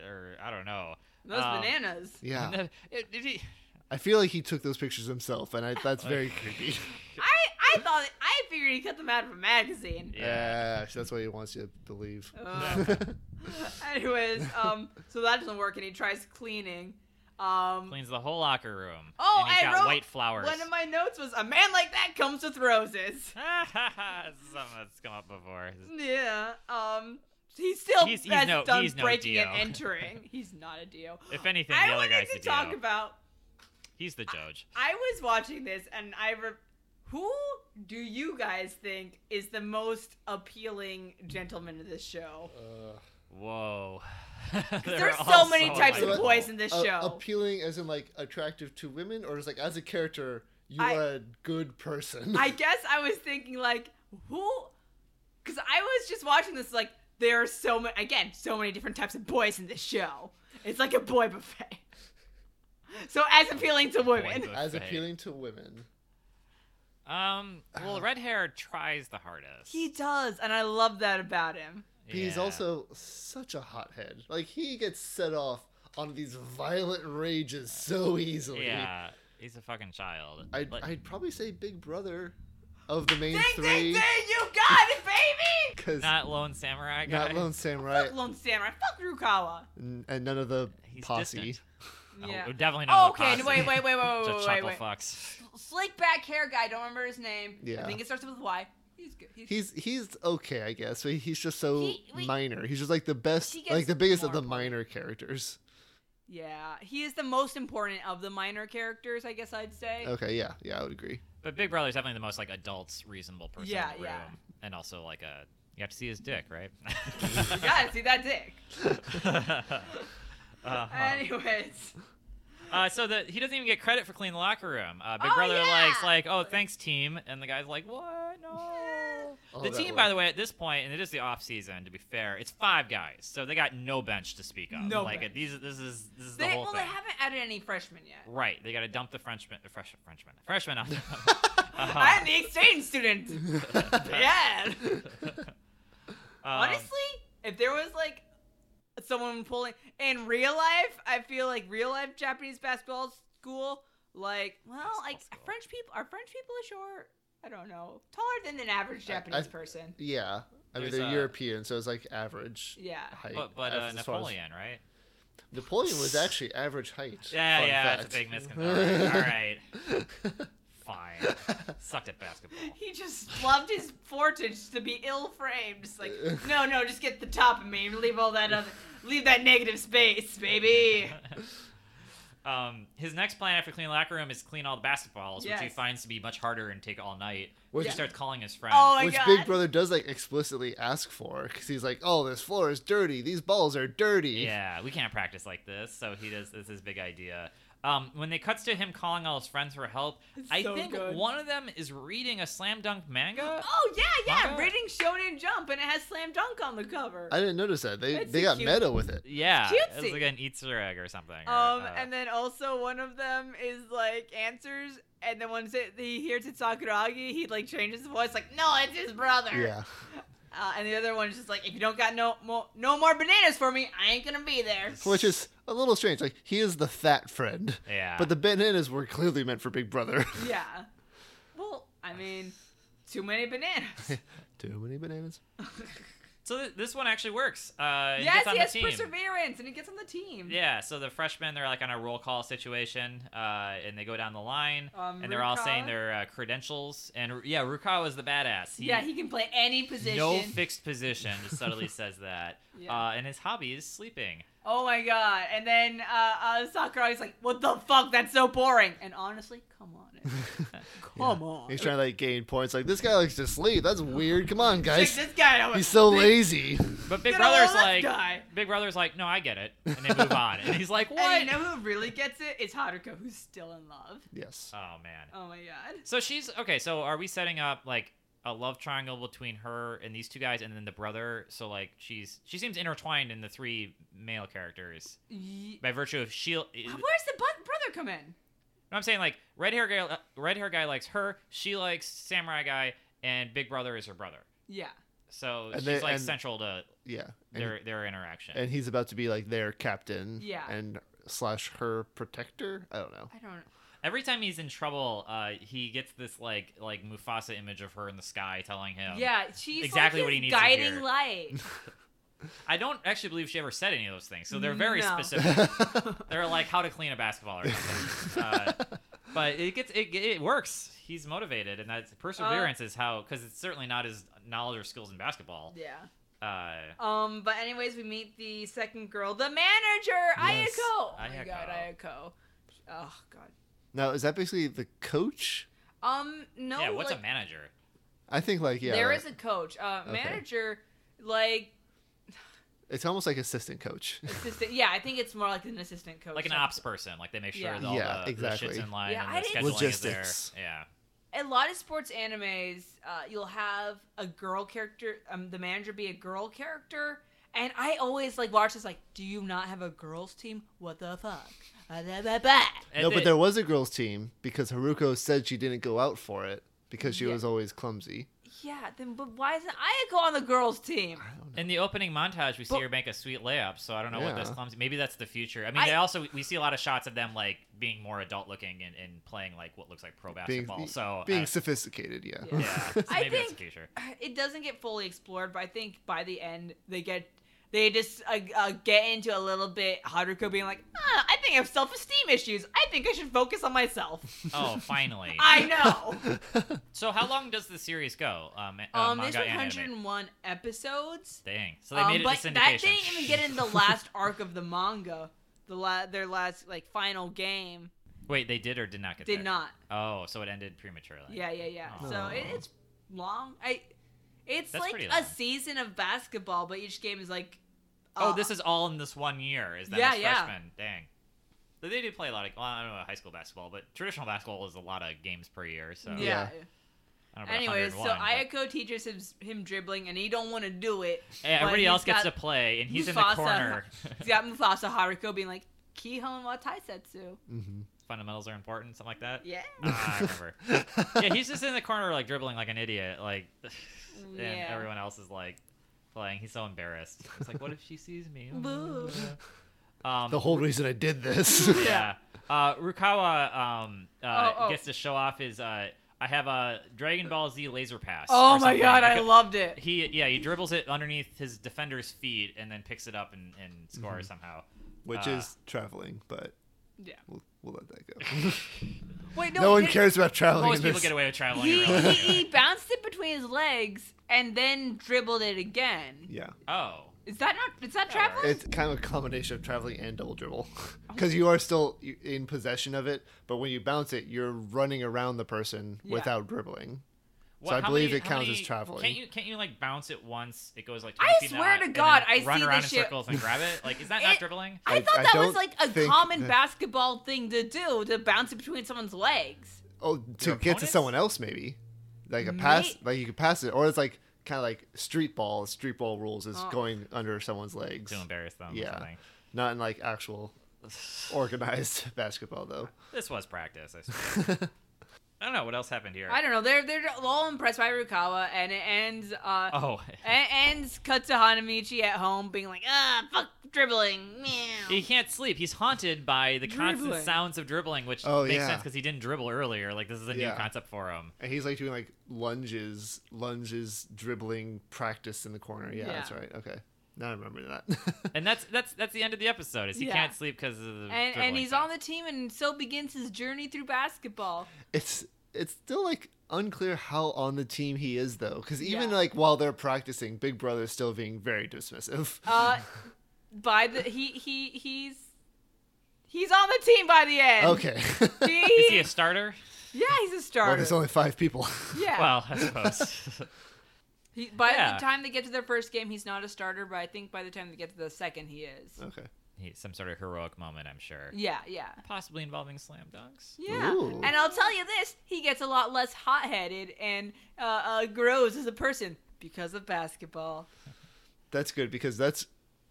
[SPEAKER 2] or I don't know.
[SPEAKER 1] Those
[SPEAKER 2] Um,
[SPEAKER 1] bananas.
[SPEAKER 3] Yeah.
[SPEAKER 2] And the- it- did he-
[SPEAKER 3] I feel like he took those pictures himself and I, that's very creepy.
[SPEAKER 1] I I I thought I figured he cut them out of a magazine.
[SPEAKER 2] Yeah.
[SPEAKER 3] Yeah, so that's what he wants you to believe.
[SPEAKER 1] Ugh. anyways, um, so that doesn't work, and he tries cleaning. Um,
[SPEAKER 2] Cleans the whole locker room.
[SPEAKER 1] Oh,
[SPEAKER 2] and he's
[SPEAKER 1] I
[SPEAKER 2] got
[SPEAKER 1] wrote
[SPEAKER 2] white flowers.
[SPEAKER 1] one of my notes was a man like that comes with roses.
[SPEAKER 2] This is something that's come up before.
[SPEAKER 1] Yeah. Um. He still
[SPEAKER 2] He's- he's
[SPEAKER 1] has
[SPEAKER 2] no-
[SPEAKER 1] done
[SPEAKER 2] he's no
[SPEAKER 1] breaking and
[SPEAKER 2] Dio.
[SPEAKER 1] entering. He's not a Dio.
[SPEAKER 2] If anything,
[SPEAKER 1] I
[SPEAKER 2] the other
[SPEAKER 1] wanted
[SPEAKER 2] guy's
[SPEAKER 1] to
[SPEAKER 2] the
[SPEAKER 1] talk
[SPEAKER 2] DO.
[SPEAKER 1] about.
[SPEAKER 2] He's the judge.
[SPEAKER 1] I was watching this, and I re- who do you guys think is the most appealing gentleman of this show?
[SPEAKER 3] Uh.
[SPEAKER 2] Whoa.
[SPEAKER 1] There's
[SPEAKER 2] They're
[SPEAKER 1] so
[SPEAKER 2] all
[SPEAKER 1] many types
[SPEAKER 3] likable.
[SPEAKER 1] of boys in this
[SPEAKER 3] A-
[SPEAKER 1] show.
[SPEAKER 3] appealing as in like attractive to women, or just like as a character, you
[SPEAKER 1] I-
[SPEAKER 3] are a good person.
[SPEAKER 1] I guess I was thinking like who because I was just watching this like there are so many again so many different types of boys in this show. It's like a boy buffet. So as appealing to
[SPEAKER 2] Boy
[SPEAKER 1] women.
[SPEAKER 2] buffet.
[SPEAKER 3] as appealing to women.
[SPEAKER 2] Um, well, red hair tries the hardest.
[SPEAKER 1] He does, and I love that about him.
[SPEAKER 3] He's
[SPEAKER 2] Yeah.
[SPEAKER 3] also such a hothead. Like he gets set off on these violent rages so easily.
[SPEAKER 2] Yeah, he's a fucking child.
[SPEAKER 3] I'd,
[SPEAKER 2] Like-
[SPEAKER 3] I'd probably say Big Brother of the main
[SPEAKER 1] Ding ding ding!
[SPEAKER 3] three
[SPEAKER 1] You got it, baby!
[SPEAKER 3] because not,
[SPEAKER 2] not lone samurai guy.
[SPEAKER 3] Lone Samurai
[SPEAKER 1] Fuck Lone Samurai. Fuck Rukawa.
[SPEAKER 3] n- and none of the
[SPEAKER 2] He's
[SPEAKER 3] posse.
[SPEAKER 2] distant. Oh,
[SPEAKER 1] Yeah.
[SPEAKER 2] definitely
[SPEAKER 1] Oh,
[SPEAKER 2] not.
[SPEAKER 1] okay,
[SPEAKER 2] the
[SPEAKER 1] wait, wait, wait, wait, wait,
[SPEAKER 2] Just chuckle
[SPEAKER 1] wait, wait.
[SPEAKER 2] fucks.
[SPEAKER 1] Slick back hair guy. Don't remember his name.
[SPEAKER 3] Yeah.
[SPEAKER 1] I think it starts with a Y. He's good. He's,
[SPEAKER 3] He's he's okay, I guess. But he's just so
[SPEAKER 1] He- we-
[SPEAKER 3] minor. He's just like the best,
[SPEAKER 1] He
[SPEAKER 3] like
[SPEAKER 1] gets
[SPEAKER 3] the biggest of
[SPEAKER 1] more
[SPEAKER 3] the minor characters.
[SPEAKER 1] yeah, he is the most important of the minor characters. I guess I'd say.
[SPEAKER 3] Okay, yeah, yeah, I would agree.
[SPEAKER 2] But Big Brother's definitely the most like adults, reasonable person.
[SPEAKER 1] Yeah,
[SPEAKER 2] in the room.
[SPEAKER 1] yeah.
[SPEAKER 2] And also like a you have to see his dick, right?
[SPEAKER 1] You gotta see that dick.
[SPEAKER 2] uh-huh.
[SPEAKER 1] Anyways,
[SPEAKER 2] uh, so that he doesn't even get credit for cleaning the locker room. Uh, Big
[SPEAKER 1] Oh,
[SPEAKER 2] Brother
[SPEAKER 1] yeah!
[SPEAKER 2] likes like, oh, thanks team, and the guy's like, what? No.
[SPEAKER 3] Oh,
[SPEAKER 2] the
[SPEAKER 3] that
[SPEAKER 2] team,
[SPEAKER 3] worked.
[SPEAKER 2] by the way, at this point, and it is the off season. To be fair, it's five guys, so they got no bench to speak of.
[SPEAKER 1] No
[SPEAKER 2] like
[SPEAKER 1] bench.
[SPEAKER 2] these, this is this is
[SPEAKER 1] they,
[SPEAKER 2] the whole
[SPEAKER 1] well, they
[SPEAKER 2] thing.
[SPEAKER 1] haven't added any freshmen yet.
[SPEAKER 2] Right, they got to dump the Frenchman, the fresh Frenchman, Frenchman off. Uh-huh. Um,
[SPEAKER 1] I'm the exchange student. yeah. Honestly,
[SPEAKER 2] Um,
[SPEAKER 1] if there was like someone pulling in real life, I feel like real life Japanese basketball school, like, well,
[SPEAKER 2] Basketball
[SPEAKER 1] like
[SPEAKER 2] school.
[SPEAKER 1] French people are French people short. I don't know, taller than an average
[SPEAKER 3] I-
[SPEAKER 1] Japanese
[SPEAKER 3] I-
[SPEAKER 1] person.
[SPEAKER 3] Yeah, I mean
[SPEAKER 2] There's
[SPEAKER 3] they're
[SPEAKER 2] a-
[SPEAKER 3] European, so it's like average.
[SPEAKER 1] Yeah.
[SPEAKER 3] Height,
[SPEAKER 2] but but
[SPEAKER 3] as-
[SPEAKER 2] uh,
[SPEAKER 3] as far as-
[SPEAKER 2] Napoleon, right?
[SPEAKER 3] Napoleon was actually average height.
[SPEAKER 2] Yeah,
[SPEAKER 3] fun
[SPEAKER 2] yeah,
[SPEAKER 3] fact.
[SPEAKER 2] that's a big misconception. All right, fine. Sucked at basketball.
[SPEAKER 1] He just loved his fortunes to be ill framed. Just like, no, no, just get the top of me and leave all that other, leave that negative space, baby.
[SPEAKER 2] Um, his next plan after cleaning the locker room is clean all the basketballs, which he
[SPEAKER 1] Yes.
[SPEAKER 2] finds to be much harder and take all night.
[SPEAKER 3] Which-
[SPEAKER 2] he starts calling his friends.
[SPEAKER 1] Oh my
[SPEAKER 3] Which
[SPEAKER 1] god.
[SPEAKER 3] Big Brother does like explicitly ask for, because he's like, "Oh, this floor is dirty. These balls are dirty."
[SPEAKER 2] Yeah, we can't practice like this. So he does. This is his big idea. Um, when they cuts to him calling all his friends for help,
[SPEAKER 1] It's
[SPEAKER 2] I
[SPEAKER 1] so
[SPEAKER 2] think
[SPEAKER 1] good.
[SPEAKER 2] one of them is reading a slam dunk manga.
[SPEAKER 1] Oh yeah, yeah.
[SPEAKER 2] Manga?
[SPEAKER 1] Reading Shonen Jump, and it has Slam Dunk on the cover.
[SPEAKER 3] I didn't notice that. They
[SPEAKER 1] It's
[SPEAKER 3] they
[SPEAKER 1] a
[SPEAKER 3] got
[SPEAKER 1] cute-
[SPEAKER 3] meta with it.
[SPEAKER 2] Yeah, it was
[SPEAKER 1] Cutesy.
[SPEAKER 2] like an Easter egg or something. or,
[SPEAKER 1] Um,
[SPEAKER 2] uh,
[SPEAKER 1] and then also one of them is like answers, and then once it, he hears it's Sakuragi, he like changes his voice, like no, it's his brother.
[SPEAKER 3] Yeah.
[SPEAKER 1] Uh, and the other one's just like, if you don't got no mo- no more bananas for me, I ain't gonna be there.
[SPEAKER 3] Which is a little strange. Like he is the fat friend,
[SPEAKER 2] yeah,
[SPEAKER 3] but the bananas were clearly meant for Big Brother.
[SPEAKER 1] Yeah. Well, I mean, too many bananas.
[SPEAKER 3] Too many bananas.
[SPEAKER 2] so th- this one actually works. Uh, he
[SPEAKER 1] yes,
[SPEAKER 2] gets on
[SPEAKER 1] he
[SPEAKER 2] the
[SPEAKER 1] has
[SPEAKER 2] team.
[SPEAKER 1] perseverance, and he gets on the team.
[SPEAKER 2] Yeah, so the freshmen they're like on a roll call situation, uh, and they go down the line,
[SPEAKER 1] Um,
[SPEAKER 2] and they're all
[SPEAKER 1] Rukawa?
[SPEAKER 2] saying their uh, credentials. And r- yeah, Rukawa is the badass. He,
[SPEAKER 1] Yeah, he can play any position.
[SPEAKER 2] no fixed position. Just subtly says that.
[SPEAKER 1] Yeah.
[SPEAKER 2] Uh, and his hobby is sleeping.
[SPEAKER 1] Oh my god! And then uh, uh, Sakurai's like, "What the fuck? That's so boring." And honestly, come on, in. come on.
[SPEAKER 3] He's trying to like gain points. Like this guy likes to sleep. That's weird. Come on,
[SPEAKER 1] Check
[SPEAKER 3] guys.
[SPEAKER 1] this guy out.
[SPEAKER 3] He's so lazy.
[SPEAKER 2] But Big
[SPEAKER 1] Get all
[SPEAKER 2] Brother's
[SPEAKER 1] this
[SPEAKER 2] like,
[SPEAKER 1] guy.
[SPEAKER 2] Big Brother's like, no, I get it, and they move on. And he's like,
[SPEAKER 1] And
[SPEAKER 2] what?
[SPEAKER 1] you know who really gets it? It's Haruka, who's still in love.
[SPEAKER 3] Yes.
[SPEAKER 2] oh man.
[SPEAKER 1] Oh my god.
[SPEAKER 2] So she's okay. So are we setting up like a love triangle between her and these two guys, and then the brother? So like she's she seems intertwined in the three male characters
[SPEAKER 1] Ye-
[SPEAKER 2] by virtue of she.
[SPEAKER 1] Where's the bu- brother come in?
[SPEAKER 2] No, I'm saying like red hair guy, red hair guy likes her. She likes samurai guy, and Big Brother is her brother.
[SPEAKER 1] Yeah.
[SPEAKER 2] So
[SPEAKER 3] And
[SPEAKER 2] she's
[SPEAKER 3] they-
[SPEAKER 2] like
[SPEAKER 3] and-
[SPEAKER 2] central to
[SPEAKER 3] Yeah. And,
[SPEAKER 2] their their interaction.
[SPEAKER 3] and he's about to be like their captain.
[SPEAKER 1] Yeah.
[SPEAKER 3] And slash her protector. I don't know.
[SPEAKER 1] I don't.
[SPEAKER 2] Every time he's in trouble, uh, he gets this like like Mufasa image of her in the sky telling him.
[SPEAKER 1] yeah, she's
[SPEAKER 2] Exactly
[SPEAKER 1] like
[SPEAKER 2] what
[SPEAKER 1] his
[SPEAKER 2] he needs to
[SPEAKER 1] guiding
[SPEAKER 2] hear.
[SPEAKER 1] light.
[SPEAKER 2] I don't actually believe she ever said any of those things, so they're very
[SPEAKER 1] No.
[SPEAKER 2] specific. they're like how to clean a basketball or something. uh, but it gets it, it works. He's motivated, and that's
[SPEAKER 1] Uh,
[SPEAKER 2] perseverance is how because it's certainly not his knowledge or skills in basketball.
[SPEAKER 1] yeah.
[SPEAKER 2] Uh,
[SPEAKER 1] Um, but anyways, we meet the second girl, the manager,
[SPEAKER 3] Yes,
[SPEAKER 1] Ayako. Oh my
[SPEAKER 2] Ayako.
[SPEAKER 1] god, Ayako. Oh god.
[SPEAKER 3] Now is that basically the coach?
[SPEAKER 1] Um, no.
[SPEAKER 2] yeah, what's
[SPEAKER 1] like,
[SPEAKER 2] a manager?
[SPEAKER 3] I think like yeah,
[SPEAKER 1] There
[SPEAKER 3] like-
[SPEAKER 1] is a coach, uh,
[SPEAKER 3] Okay.
[SPEAKER 1] manager, like
[SPEAKER 3] it's almost like assistant coach.
[SPEAKER 1] assistant. Yeah, I think it's more like an assistant coach.
[SPEAKER 2] Like an ops person. Like they make sure
[SPEAKER 1] Yeah.
[SPEAKER 2] that all
[SPEAKER 3] Yeah,
[SPEAKER 2] the- the,
[SPEAKER 3] exactly.
[SPEAKER 2] shit's in line
[SPEAKER 1] Yeah, I
[SPEAKER 2] and the
[SPEAKER 1] didn't-
[SPEAKER 2] scheduling is
[SPEAKER 3] Logistics.
[SPEAKER 2] there. Yeah.
[SPEAKER 1] A lot of sports animes, uh, you'll have a girl character, um, the manager be a girl character, and I always like watch this. Like, do you not have a girls team? What the fuck? Uh, blah, blah, blah.
[SPEAKER 3] no, but
[SPEAKER 2] there.
[SPEAKER 3] there was a girls team because Haruko said she didn't go out for it because she
[SPEAKER 1] Yeah.
[SPEAKER 3] was always clumsy.
[SPEAKER 1] Yeah, then but why isn't Ayako on the girls team?
[SPEAKER 2] In the opening montage, we see
[SPEAKER 1] But-
[SPEAKER 2] her make a sweet layup, so I don't know what this
[SPEAKER 3] Yeah.
[SPEAKER 2] clumsy. Maybe that's the future. I mean,
[SPEAKER 1] I-
[SPEAKER 2] they also we see a lot of shots of them like being more adult looking and, and playing like what looks like pro
[SPEAKER 3] Being
[SPEAKER 2] basketball. so
[SPEAKER 3] being
[SPEAKER 2] uh,
[SPEAKER 3] sophisticated, yeah.
[SPEAKER 1] Yeah.
[SPEAKER 2] yeah, so
[SPEAKER 1] I
[SPEAKER 2] maybe that's the
[SPEAKER 1] think-
[SPEAKER 2] future.
[SPEAKER 1] It doesn't get fully explored, but I think by the end they get they just uh, uh, get into a little bit Haruko being like, ah, I think I have self esteem issues. I think I should focus on myself.
[SPEAKER 2] Oh, finally.
[SPEAKER 1] I know.
[SPEAKER 2] so how long does the series go? Um, uh,
[SPEAKER 1] um, there's
[SPEAKER 2] manga Uh, and anime.
[SPEAKER 1] 101 episodes.
[SPEAKER 2] Dang. So they
[SPEAKER 1] um,
[SPEAKER 2] made it
[SPEAKER 1] but
[SPEAKER 2] to syndication.
[SPEAKER 1] that didn't even get in the last arc of the manga. The la- their last like final game
[SPEAKER 2] Wait, they did or did not get
[SPEAKER 1] did
[SPEAKER 2] there?
[SPEAKER 1] not.
[SPEAKER 2] Oh, so it ended prematurely.
[SPEAKER 1] Yeah, yeah, yeah.
[SPEAKER 2] Aw.
[SPEAKER 1] So it, it's long. I. It's
[SPEAKER 2] That's
[SPEAKER 1] like
[SPEAKER 2] pretty
[SPEAKER 1] a
[SPEAKER 2] long.
[SPEAKER 1] season of basketball, but each game is like. uh,
[SPEAKER 2] Oh, this is all in this one year. Is that
[SPEAKER 1] Yeah,
[SPEAKER 2] as
[SPEAKER 1] yeah.
[SPEAKER 2] freshman? Dang. But They do play a lot of well, I don't know high school basketball, but traditional basketball is a lot of games per year. So
[SPEAKER 1] Yeah.
[SPEAKER 2] I don't know about
[SPEAKER 1] Anyways, so
[SPEAKER 2] 101, but-
[SPEAKER 1] Ayako teaches him, him dribbling, and he don't want to do it.
[SPEAKER 2] Yeah,
[SPEAKER 1] but
[SPEAKER 2] eh, everybody
[SPEAKER 1] he's
[SPEAKER 2] else gets
[SPEAKER 1] got-
[SPEAKER 2] to play, and he's in
[SPEAKER 1] Mufasa.
[SPEAKER 2] the corner.
[SPEAKER 1] He's got Mufasa Haruko being like, "Kihon wa Taisetsu."
[SPEAKER 3] hmm
[SPEAKER 2] Fundamentals are important, something like that.
[SPEAKER 1] Yeah.
[SPEAKER 2] Ah, I remember. yeah, he's just in the corner, like dribbling like an idiot, like, and
[SPEAKER 1] Yeah.
[SPEAKER 2] everyone else is like playing. He's so embarrassed. It's like, what if she sees me?
[SPEAKER 1] Boo.
[SPEAKER 2] Um,
[SPEAKER 3] the whole reason I did this.
[SPEAKER 2] yeah. Uh, Rukawa um, uh,
[SPEAKER 1] Oh, oh.
[SPEAKER 2] gets to show off his. Uh, I have a Dragon Ball Z laser pass.
[SPEAKER 1] Oh my
[SPEAKER 2] or something.
[SPEAKER 1] god,
[SPEAKER 2] Like
[SPEAKER 1] I
[SPEAKER 2] a-
[SPEAKER 1] loved it.
[SPEAKER 2] He yeah he dribbles it underneath his defender's feet and then picks it up and, and scores
[SPEAKER 3] Mm-hmm.
[SPEAKER 2] somehow.
[SPEAKER 3] Which
[SPEAKER 2] Uh,
[SPEAKER 3] is traveling, but
[SPEAKER 1] Yeah.
[SPEAKER 3] we'll, we'll let that go.
[SPEAKER 1] Wait, no,
[SPEAKER 3] no one
[SPEAKER 1] did-
[SPEAKER 3] cares about traveling.
[SPEAKER 2] Most
[SPEAKER 3] In
[SPEAKER 2] people
[SPEAKER 3] this.
[SPEAKER 2] get away with traveling. in
[SPEAKER 1] He,
[SPEAKER 2] real life.
[SPEAKER 1] he he bounced it between his legs and then dribbled it again.
[SPEAKER 3] Yeah.
[SPEAKER 2] Oh.
[SPEAKER 1] Is that not? Is that
[SPEAKER 2] Yeah, right.
[SPEAKER 1] traveling?
[SPEAKER 3] It's kind of a combination of traveling and double dribble,
[SPEAKER 1] Oh.
[SPEAKER 3] because you are still i- in possession of it. But when you bounce it, you're running around the person
[SPEAKER 1] Yeah.
[SPEAKER 3] without dribbling.
[SPEAKER 2] What-
[SPEAKER 3] I
[SPEAKER 2] how
[SPEAKER 3] believe
[SPEAKER 2] many-
[SPEAKER 3] it
[SPEAKER 2] how
[SPEAKER 3] counts as
[SPEAKER 2] many-
[SPEAKER 3] traveling.
[SPEAKER 2] Can't you can't you like bounce it once? It goes like.
[SPEAKER 1] I
[SPEAKER 2] 20 feet
[SPEAKER 1] swear
[SPEAKER 2] out
[SPEAKER 1] to
[SPEAKER 2] and
[SPEAKER 1] God,
[SPEAKER 2] then
[SPEAKER 1] I
[SPEAKER 2] run
[SPEAKER 1] see
[SPEAKER 2] around
[SPEAKER 1] this
[SPEAKER 2] in
[SPEAKER 1] shit.
[SPEAKER 2] circles and grab it. Like, is that not
[SPEAKER 1] It-
[SPEAKER 2] dribbling?
[SPEAKER 1] I
[SPEAKER 3] I-
[SPEAKER 1] thought
[SPEAKER 3] I
[SPEAKER 1] that was
[SPEAKER 3] don't
[SPEAKER 1] like a
[SPEAKER 3] think
[SPEAKER 1] common
[SPEAKER 3] that-
[SPEAKER 1] basketball thing to do to bounce it between someone's legs.
[SPEAKER 3] Oh, to get to
[SPEAKER 2] opponents?
[SPEAKER 3] someone else maybe, like a pass,
[SPEAKER 1] May-
[SPEAKER 3] like you could pass it, or it's like kind of like street ball. Street ball rules is
[SPEAKER 1] Oh.
[SPEAKER 3] going under someone's legs,
[SPEAKER 2] To embarrass them. Or
[SPEAKER 3] Yeah.
[SPEAKER 2] something.
[SPEAKER 3] not in like actual organized basketball though.
[SPEAKER 2] This was practice. I suppose. I don't know what else happened here.
[SPEAKER 1] I don't know. They're they're all impressed by Rukawa, and it ends. Uh,
[SPEAKER 2] Oh.
[SPEAKER 1] And ends cut to Hanamichi at home being like, ah, fuck dribbling.
[SPEAKER 2] He
[SPEAKER 1] Meow.
[SPEAKER 2] can't sleep. He's haunted by the
[SPEAKER 1] Dribbling.
[SPEAKER 2] constant sounds of dribbling, which
[SPEAKER 3] Oh,
[SPEAKER 2] makes
[SPEAKER 3] yeah.
[SPEAKER 2] sense because he didn't dribble earlier. Like this is a
[SPEAKER 3] Yeah.
[SPEAKER 2] new concept for him.
[SPEAKER 3] And he's like doing like lunges, lunges, dribbling practice in the corner. Yeah,
[SPEAKER 1] Yeah.
[SPEAKER 3] that's right. Okay, now I remember that.
[SPEAKER 2] And that's that's that's the end of the episode. Is he
[SPEAKER 1] Yeah.
[SPEAKER 2] can't sleep because of the
[SPEAKER 1] And, and
[SPEAKER 2] dribbling
[SPEAKER 1] he's
[SPEAKER 2] sounds.
[SPEAKER 1] on the team, and so begins his journey through basketball.
[SPEAKER 3] it's it's still like unclear how on the team he is though, because even
[SPEAKER 1] Yeah.
[SPEAKER 3] like while they're practicing, Big Brother's still being very dismissive.
[SPEAKER 1] Uh, by the he he he's he's on the team by the end.
[SPEAKER 3] okay,
[SPEAKER 1] He-
[SPEAKER 2] Is he a starter?
[SPEAKER 1] yeah, he's a
[SPEAKER 3] well,
[SPEAKER 1] starter.
[SPEAKER 3] there's only five people.
[SPEAKER 1] yeah.
[SPEAKER 2] Well, I suppose.
[SPEAKER 1] He, by
[SPEAKER 2] Yeah.
[SPEAKER 1] the time they get to their first game, he's not a starter, but I think by the time they get to the second, he is.
[SPEAKER 3] okay,
[SPEAKER 2] He- Some sort of heroic moment, I'm sure.
[SPEAKER 1] Yeah, yeah.
[SPEAKER 2] Possibly involving slam dunks.
[SPEAKER 1] Yeah.
[SPEAKER 3] Ooh.
[SPEAKER 1] And I'll tell you this he gets a lot less hot headed and uh, uh, grows as a person because of basketball.
[SPEAKER 3] that's good because that's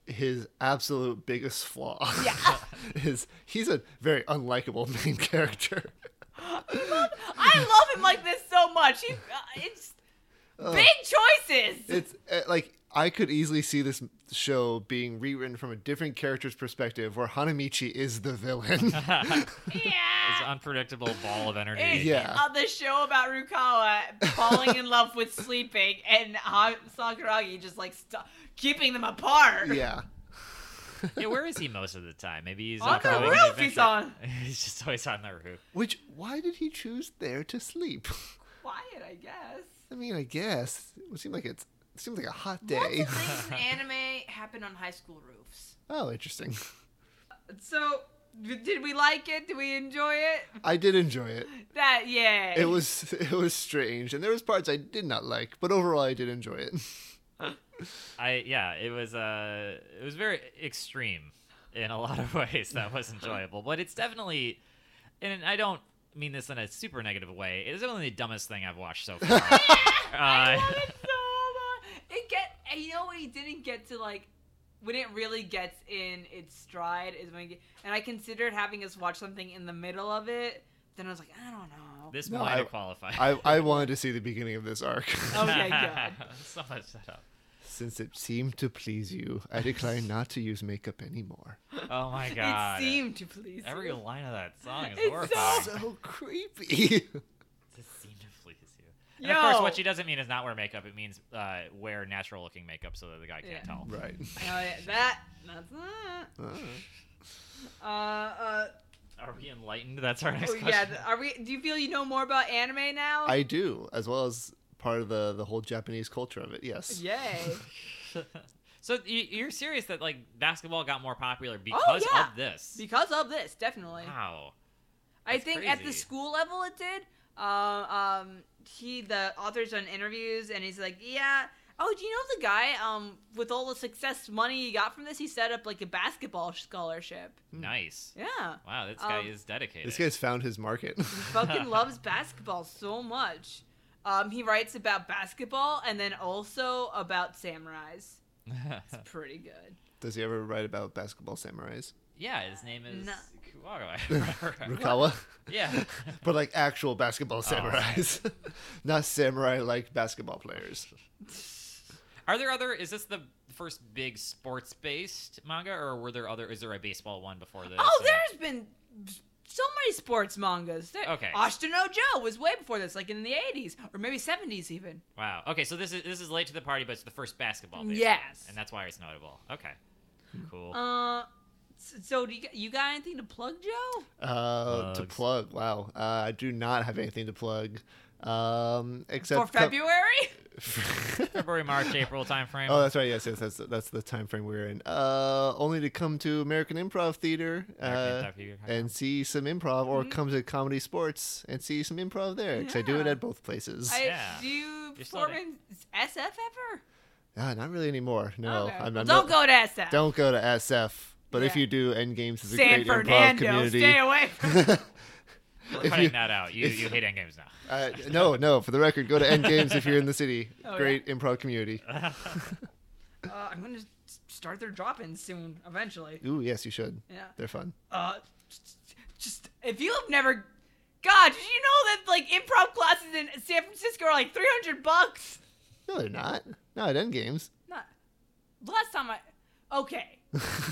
[SPEAKER 3] his absolute biggest flaw.
[SPEAKER 1] Yeah.
[SPEAKER 3] is he's a very unlikable main character.
[SPEAKER 1] I love him like this so much. He, uh, it's
[SPEAKER 3] Ugh.
[SPEAKER 1] big choices.
[SPEAKER 3] it's uh, like I could easily see this show being rewritten from a different character's perspective, where Hanamichi is the villain.
[SPEAKER 2] It's
[SPEAKER 1] Yeah.
[SPEAKER 2] an unpredictable ball of
[SPEAKER 1] It's
[SPEAKER 2] energy.
[SPEAKER 3] Yeah.
[SPEAKER 1] on the show about Rukawa falling in love with sleeping and uh, Sakuragi just like st- keeping them apart.
[SPEAKER 3] yeah,
[SPEAKER 2] Yeah, where is he most of the time? Maybe he's
[SPEAKER 1] On
[SPEAKER 2] out
[SPEAKER 1] the
[SPEAKER 2] going
[SPEAKER 1] roof he's
[SPEAKER 2] adventure.
[SPEAKER 1] on.
[SPEAKER 2] he's just always on the roof.
[SPEAKER 3] which why did he choose there to sleep?
[SPEAKER 1] Quiet, I guess.
[SPEAKER 3] I mean, I guess it would seem like it's it seems like a hot
[SPEAKER 1] Lots
[SPEAKER 3] day.
[SPEAKER 1] of things in anime happen on high school roofs.
[SPEAKER 3] oh, interesting.
[SPEAKER 1] So, d- did we like it? Did we enjoy it?
[SPEAKER 3] I did enjoy it.
[SPEAKER 1] That yeah.
[SPEAKER 3] It was it was strange, and there was parts I did not like, but overall I did enjoy it.
[SPEAKER 2] I yeah, it was uh it was very extreme in a lot of ways that was enjoyable. But it's definitely and I don't mean this in a super negative way, it's definitely the dumbest thing I've watched so far.
[SPEAKER 1] I
[SPEAKER 2] Uh,
[SPEAKER 1] love it so much. It get and you know when it didn't get to like when it really gets in its stride is when it get, and I considered having us watch something in the middle of it. Then I was like, I Oh don't know.
[SPEAKER 2] this
[SPEAKER 3] No,
[SPEAKER 2] might
[SPEAKER 3] I-
[SPEAKER 2] have qualified.
[SPEAKER 3] I I wanted to see the beginning of this arc
[SPEAKER 2] Oh.
[SPEAKER 1] Okay, good.
[SPEAKER 2] so much setup.
[SPEAKER 3] since it seemed to please you. I decline not to use makeup anymore.
[SPEAKER 2] Oh my god.
[SPEAKER 1] It seemed to please.
[SPEAKER 2] Every
[SPEAKER 1] you.
[SPEAKER 2] line of that song is
[SPEAKER 1] It's so-
[SPEAKER 2] horrifying.
[SPEAKER 3] So creepy.
[SPEAKER 2] To seem to please you. And of course,
[SPEAKER 1] Yo.
[SPEAKER 2] what she doesn't mean is not wear makeup. It means uh, wear natural-looking makeup so that the guy can't
[SPEAKER 1] Yeah.
[SPEAKER 2] tell.
[SPEAKER 3] right.
[SPEAKER 1] Oh, yeah, that that's that.
[SPEAKER 3] Ah.
[SPEAKER 1] Uh, uh,
[SPEAKER 2] Are we enlightened? That's our next
[SPEAKER 1] oh,
[SPEAKER 2] question.
[SPEAKER 1] yeah. th- Are we? Do you feel you know more about anime now?
[SPEAKER 3] I do, as well as part of the the whole Japanese culture of it. Yes.
[SPEAKER 1] Yay.
[SPEAKER 2] so y- you're serious that like basketball got more popular because
[SPEAKER 1] Oh, yeah.
[SPEAKER 2] of this?
[SPEAKER 1] because of this, definitely.
[SPEAKER 2] wow.
[SPEAKER 1] I
[SPEAKER 2] That's
[SPEAKER 1] think at the
[SPEAKER 2] crazy.
[SPEAKER 1] school level it did. Uh, um, he the author's done interviews and he's like, yeah. Oh, do you know the guy? Um, with all the success money he got from this, he set up like a basketball scholarship.
[SPEAKER 2] Nice.
[SPEAKER 1] Yeah,
[SPEAKER 2] Wow, this guy
[SPEAKER 1] Mm. Um,
[SPEAKER 2] is dedicated.
[SPEAKER 3] This guy's found his market.
[SPEAKER 1] fucking loves basketball so much. Um, he writes about basketball and then also about samurais. It's pretty good.
[SPEAKER 3] Does he ever write about basketball samurais?
[SPEAKER 2] yeah, his name is
[SPEAKER 1] No.
[SPEAKER 2] Kuwagawa.
[SPEAKER 3] Rukawa?
[SPEAKER 2] yeah.
[SPEAKER 3] but like actual
[SPEAKER 2] Oh.
[SPEAKER 3] basketball samurais. Not samurai like basketball players.
[SPEAKER 2] Are there other? Is this the first big sports-based manga, or were there other? Is there a baseball one before this?
[SPEAKER 1] Oh,
[SPEAKER 2] And-
[SPEAKER 1] there's been so many sports mangas. There,
[SPEAKER 2] Okay.
[SPEAKER 1] Ashton Ojo was way before this, like in the '80s or maybe '70s even.
[SPEAKER 2] Wow. Okay, so this is this is late to the party, but it's the first basketball. based
[SPEAKER 1] Yes.
[SPEAKER 2] one, and that's why it's notable. Okay.
[SPEAKER 3] Hmm.
[SPEAKER 2] Cool.
[SPEAKER 1] Uh, s- so do you, g- you got anything to plug, Joe?
[SPEAKER 3] Uh, to
[SPEAKER 2] Plugs.
[SPEAKER 3] plug, wow. Uh, I do not have anything to plug. Um, except
[SPEAKER 1] For February?
[SPEAKER 3] February.
[SPEAKER 2] February, March, April timeframe.
[SPEAKER 3] oh, that's right. Yes, yes, that's that's the time frame we're in. Uh, only to come to American Improv Theater.
[SPEAKER 2] American
[SPEAKER 3] uh,
[SPEAKER 2] Improv Theater.
[SPEAKER 3] and see some improv, or
[SPEAKER 1] Mhm.
[SPEAKER 3] come to Comedy Sports and see some improv there. Because I do it
[SPEAKER 1] Yeah.
[SPEAKER 3] at both places.
[SPEAKER 1] I,
[SPEAKER 2] Yeah.
[SPEAKER 1] Do you
[SPEAKER 2] You're
[SPEAKER 1] perform
[SPEAKER 2] starting.
[SPEAKER 1] in SF ever?
[SPEAKER 3] Ah, not really anymore. No,
[SPEAKER 1] Okay.
[SPEAKER 3] I'm,
[SPEAKER 1] Well,
[SPEAKER 3] I'm
[SPEAKER 1] don't
[SPEAKER 3] not,
[SPEAKER 1] go to SF.
[SPEAKER 3] Don't go to SF. But if
[SPEAKER 1] Yeah.
[SPEAKER 3] you do, End Games is a
[SPEAKER 1] San
[SPEAKER 3] great
[SPEAKER 1] Fernando.
[SPEAKER 3] improv
[SPEAKER 1] Stay
[SPEAKER 3] community.
[SPEAKER 1] away from
[SPEAKER 2] We're
[SPEAKER 3] if
[SPEAKER 2] cutting
[SPEAKER 3] you-
[SPEAKER 2] that out. You
[SPEAKER 3] if-
[SPEAKER 2] you hate endgames now.
[SPEAKER 3] Uh, no, no. For the record, go to End Games if you're in the city.
[SPEAKER 1] Oh, yeah.
[SPEAKER 3] great improv community.
[SPEAKER 1] uh, I'm going to start their drop ins soon, eventually.
[SPEAKER 3] Ooh, yes, you should.
[SPEAKER 1] Yeah.
[SPEAKER 3] They're fun.
[SPEAKER 1] Uh, just- just, if you have never. God, did you know that, like, improv classes in San Francisco are like 300 bucks?
[SPEAKER 3] No, they're not. Not at End Games.
[SPEAKER 1] Not. Last time I. Okay.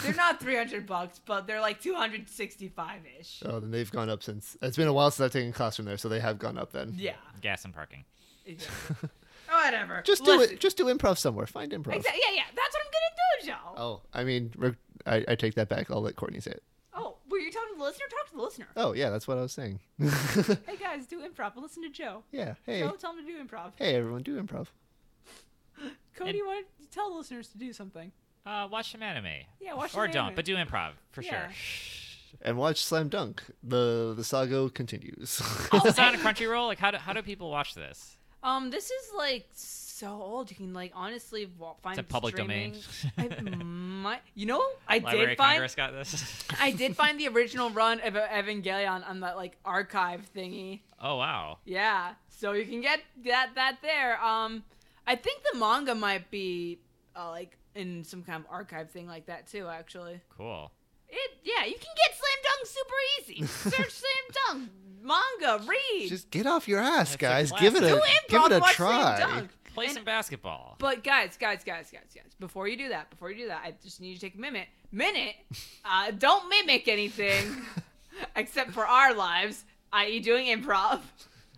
[SPEAKER 1] they're not 300 bucks, but they're like 265 ish.
[SPEAKER 3] Oh, then they've gone up since. It's been a while since I've taken a class from there, so they have gone up then.
[SPEAKER 1] Yeah.
[SPEAKER 2] Gas and parking.
[SPEAKER 1] Exactly. Whatever.
[SPEAKER 3] Just do
[SPEAKER 1] Listen.
[SPEAKER 3] it. Just do improv somewhere. Find improv.
[SPEAKER 1] Exactly. Yeah, yeah. That's what I'm gonna do, Joe.
[SPEAKER 3] Oh, I mean, re- I, I take that back. I'll let Courtney say it.
[SPEAKER 1] Oh, were you talking to the listener? Talk to the listener.
[SPEAKER 3] Oh, yeah, that's what I was saying.
[SPEAKER 1] Hey guys, do improv. but Listen to Joe.
[SPEAKER 3] yeah. Hey.
[SPEAKER 1] Joe, tell him to do improv.
[SPEAKER 3] Hey, everyone, do improv.
[SPEAKER 1] Cody, why don't you tell the listeners to do something?
[SPEAKER 2] Uh, watch some anime.
[SPEAKER 1] Yeah, watch
[SPEAKER 2] Or
[SPEAKER 1] some
[SPEAKER 2] don't,
[SPEAKER 1] anime.
[SPEAKER 2] but do improv for
[SPEAKER 1] Yeah.
[SPEAKER 2] sure.
[SPEAKER 3] and watch Slam Dunk. The the saga continues.
[SPEAKER 1] Oh,
[SPEAKER 2] Is this on a Crunchyroll? Like, how do how do people watch this?
[SPEAKER 1] Um, this is like so old. You can like honestly wa- find
[SPEAKER 2] a public
[SPEAKER 1] streaming.
[SPEAKER 2] domain.
[SPEAKER 1] I might, you know, I
[SPEAKER 2] Library
[SPEAKER 1] did
[SPEAKER 2] of
[SPEAKER 1] find
[SPEAKER 2] Congress got this.
[SPEAKER 1] I did find the original run of E-, Evangelion on that like archive thingy.
[SPEAKER 2] oh wow.
[SPEAKER 1] Yeah, so you can get that that there. Um, I think the manga might be uh, like in some kind of archive thing like that too. Actually,
[SPEAKER 2] Cool.
[SPEAKER 1] it yeah, you can get Slam Dunk super easy. Search Slam Dunk manga, read,
[SPEAKER 3] Just get off your ass,
[SPEAKER 2] That's a
[SPEAKER 3] guys. Give it
[SPEAKER 2] classic.
[SPEAKER 1] do
[SPEAKER 3] a
[SPEAKER 1] improv,
[SPEAKER 3] give it a
[SPEAKER 1] watch Slam
[SPEAKER 3] try.
[SPEAKER 1] Dunk.
[SPEAKER 2] Play
[SPEAKER 1] And-
[SPEAKER 2] some basketball.
[SPEAKER 1] But guys, guys, guys, guys, guys, before you do that, before you do that, I just need you to take a minute. Minute, uh, don't mimic anything except for our lives, i.e., doing improv.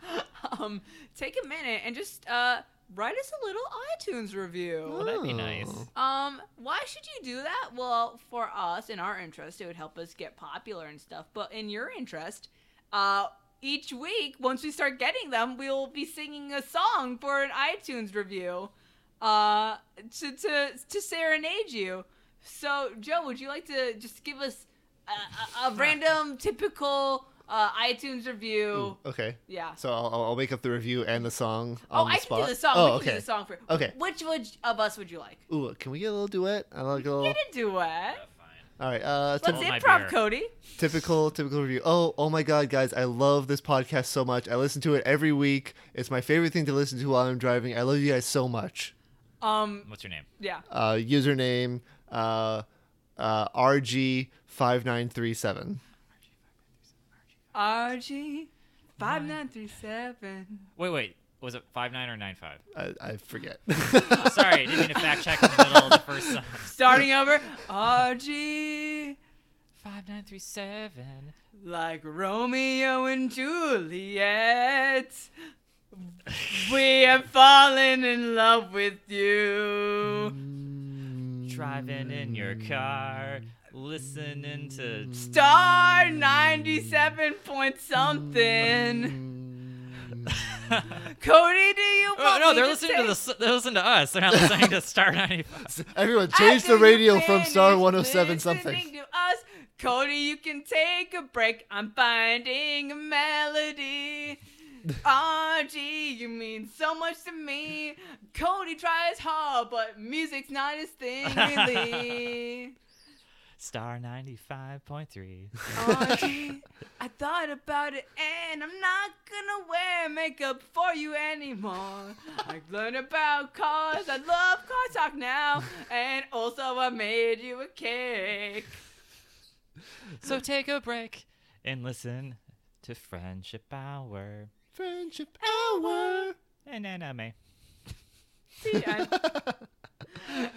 [SPEAKER 1] um, take a minute and just uh, write us a little iTunes
[SPEAKER 2] Well,
[SPEAKER 1] review.
[SPEAKER 2] that'd be
[SPEAKER 3] Oh.
[SPEAKER 2] nice.
[SPEAKER 1] Um, why should you do that? Well, for us, in our interest, it would help us get popular and stuff. But in your interest, uh, each week, once we start getting them, we'll be singing a song for an iTunes review, uh, to to to serenade you. So, Joe, would you like to just give us a, a, a random, typical uh, iTunes review?
[SPEAKER 3] Okay.
[SPEAKER 1] Yeah.
[SPEAKER 3] So I'll, I'll- I'll make up the review and the song.
[SPEAKER 1] Oh,
[SPEAKER 3] On the
[SPEAKER 1] I
[SPEAKER 3] spot.
[SPEAKER 1] can do the song.
[SPEAKER 3] Oh,
[SPEAKER 1] we
[SPEAKER 3] okay.
[SPEAKER 1] can do the song for.
[SPEAKER 3] Okay.
[SPEAKER 1] Which would of us would you like?
[SPEAKER 3] Ooh, can we get a little duet? I like a little.
[SPEAKER 1] Get a duet.
[SPEAKER 3] All right. Uh,
[SPEAKER 1] Let's
[SPEAKER 2] Hold my
[SPEAKER 1] improv,
[SPEAKER 2] beer.
[SPEAKER 1] Cody.
[SPEAKER 3] Typical, typical review. Oh, oh my God, guys! I love this podcast so much. I listen to it every week. It's my favorite thing to listen to while I'm driving. I love you guys so much.
[SPEAKER 1] Um,
[SPEAKER 2] What's your name?
[SPEAKER 1] yeah.
[SPEAKER 3] Uh, username, uh, uh, RG five nine three seven.
[SPEAKER 1] RG five nine three seven.
[SPEAKER 2] Wait, wait. Was it five nine or nine five?
[SPEAKER 3] I, I forget.
[SPEAKER 1] Oh,
[SPEAKER 2] Sorry, I didn't mean to fact check in the middle of the first song.
[SPEAKER 1] Starting over. RG
[SPEAKER 2] Five nine three seven.
[SPEAKER 1] like Romeo and Juliet. We have fallen in love with you.
[SPEAKER 2] Driving in your car, listening to.
[SPEAKER 1] Star ninety seven point something. Cody, do you?
[SPEAKER 2] Oh
[SPEAKER 1] want
[SPEAKER 2] no,
[SPEAKER 1] me
[SPEAKER 2] they're listening to
[SPEAKER 1] take-
[SPEAKER 2] the. s- They're listening to us. They're not listening to Star ninety five.
[SPEAKER 3] Everyone, change
[SPEAKER 1] After
[SPEAKER 3] the
[SPEAKER 1] you
[SPEAKER 3] radio from star
[SPEAKER 1] finish
[SPEAKER 3] one hundred seven something.
[SPEAKER 1] listening to us, Cody, you can take a break. I'm finding a melody. RG, you mean so much to me. Cody tries hard, but music's not his thing, really.
[SPEAKER 2] Star ninety five point three.
[SPEAKER 1] RG, I thought about it, and I'm not gonna wear makeup for you anymore. I learned about cars, I love car talk now, and also I made you a cake.
[SPEAKER 2] So take a break and listen to Friendship Hour
[SPEAKER 3] Friendship hour.
[SPEAKER 2] and anime.
[SPEAKER 1] The end.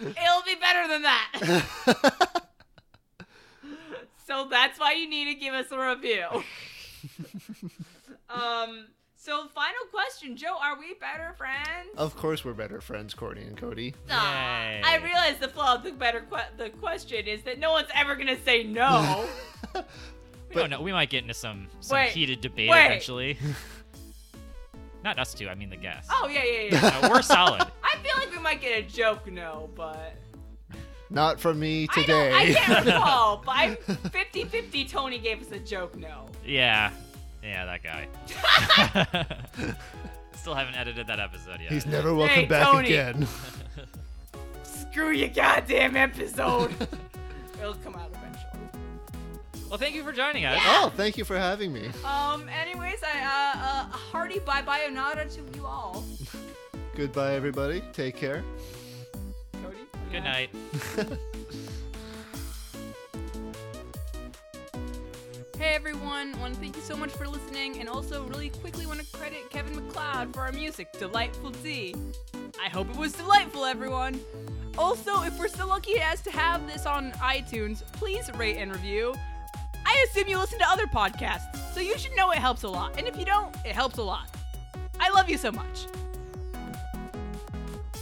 [SPEAKER 1] It'll be better than that. so that's why you need to give us a review. um. So final question, Joe: Are we better friends?
[SPEAKER 3] Of course, we're better friends, Courtney and Cody.
[SPEAKER 1] Aw,
[SPEAKER 2] Yay.
[SPEAKER 1] I realize the flaw of the better que- the question is that no one's ever gonna say no.
[SPEAKER 2] We
[SPEAKER 3] But-
[SPEAKER 2] don't know. We might get into some, some
[SPEAKER 1] Wait,
[SPEAKER 2] heated debate
[SPEAKER 1] wait.
[SPEAKER 2] eventually. Not us two. I mean the guests.
[SPEAKER 1] oh yeah, yeah, yeah.
[SPEAKER 2] No, we're solid.
[SPEAKER 1] I feel like we might get a joke no, but
[SPEAKER 3] Not from me
[SPEAKER 1] I don't. I
[SPEAKER 3] today.
[SPEAKER 1] can't recall. But I'm 50-50 Tony gave us a joke no.
[SPEAKER 2] Yeah. Yeah, that guy. Still haven't edited that episode yet.
[SPEAKER 3] He's never welcome
[SPEAKER 1] Hey,
[SPEAKER 3] back
[SPEAKER 1] Tony.
[SPEAKER 3] again.
[SPEAKER 1] Screw your goddamn episode. It'll come out eventually.
[SPEAKER 2] Well, thank you for joining us.
[SPEAKER 1] Yeah.
[SPEAKER 3] Oh, thank you for having me.
[SPEAKER 1] Um. Anyways, I uh, uh a hearty bye bye onada to you all.
[SPEAKER 3] Goodbye, everybody. Take care.
[SPEAKER 1] Cody.
[SPEAKER 2] Good night.
[SPEAKER 1] Hey everyone, want to thank you so much for listening, and also really quickly want to credit Kevin McLeod for our music, Delightful D. I hope it was delightful, everyone. Also, if we're so lucky as to have this on iTunes, please rate and review. I assume you listen to other podcasts, so you should know it helps a lot, and if you don't, it helps a lot. I love you so much.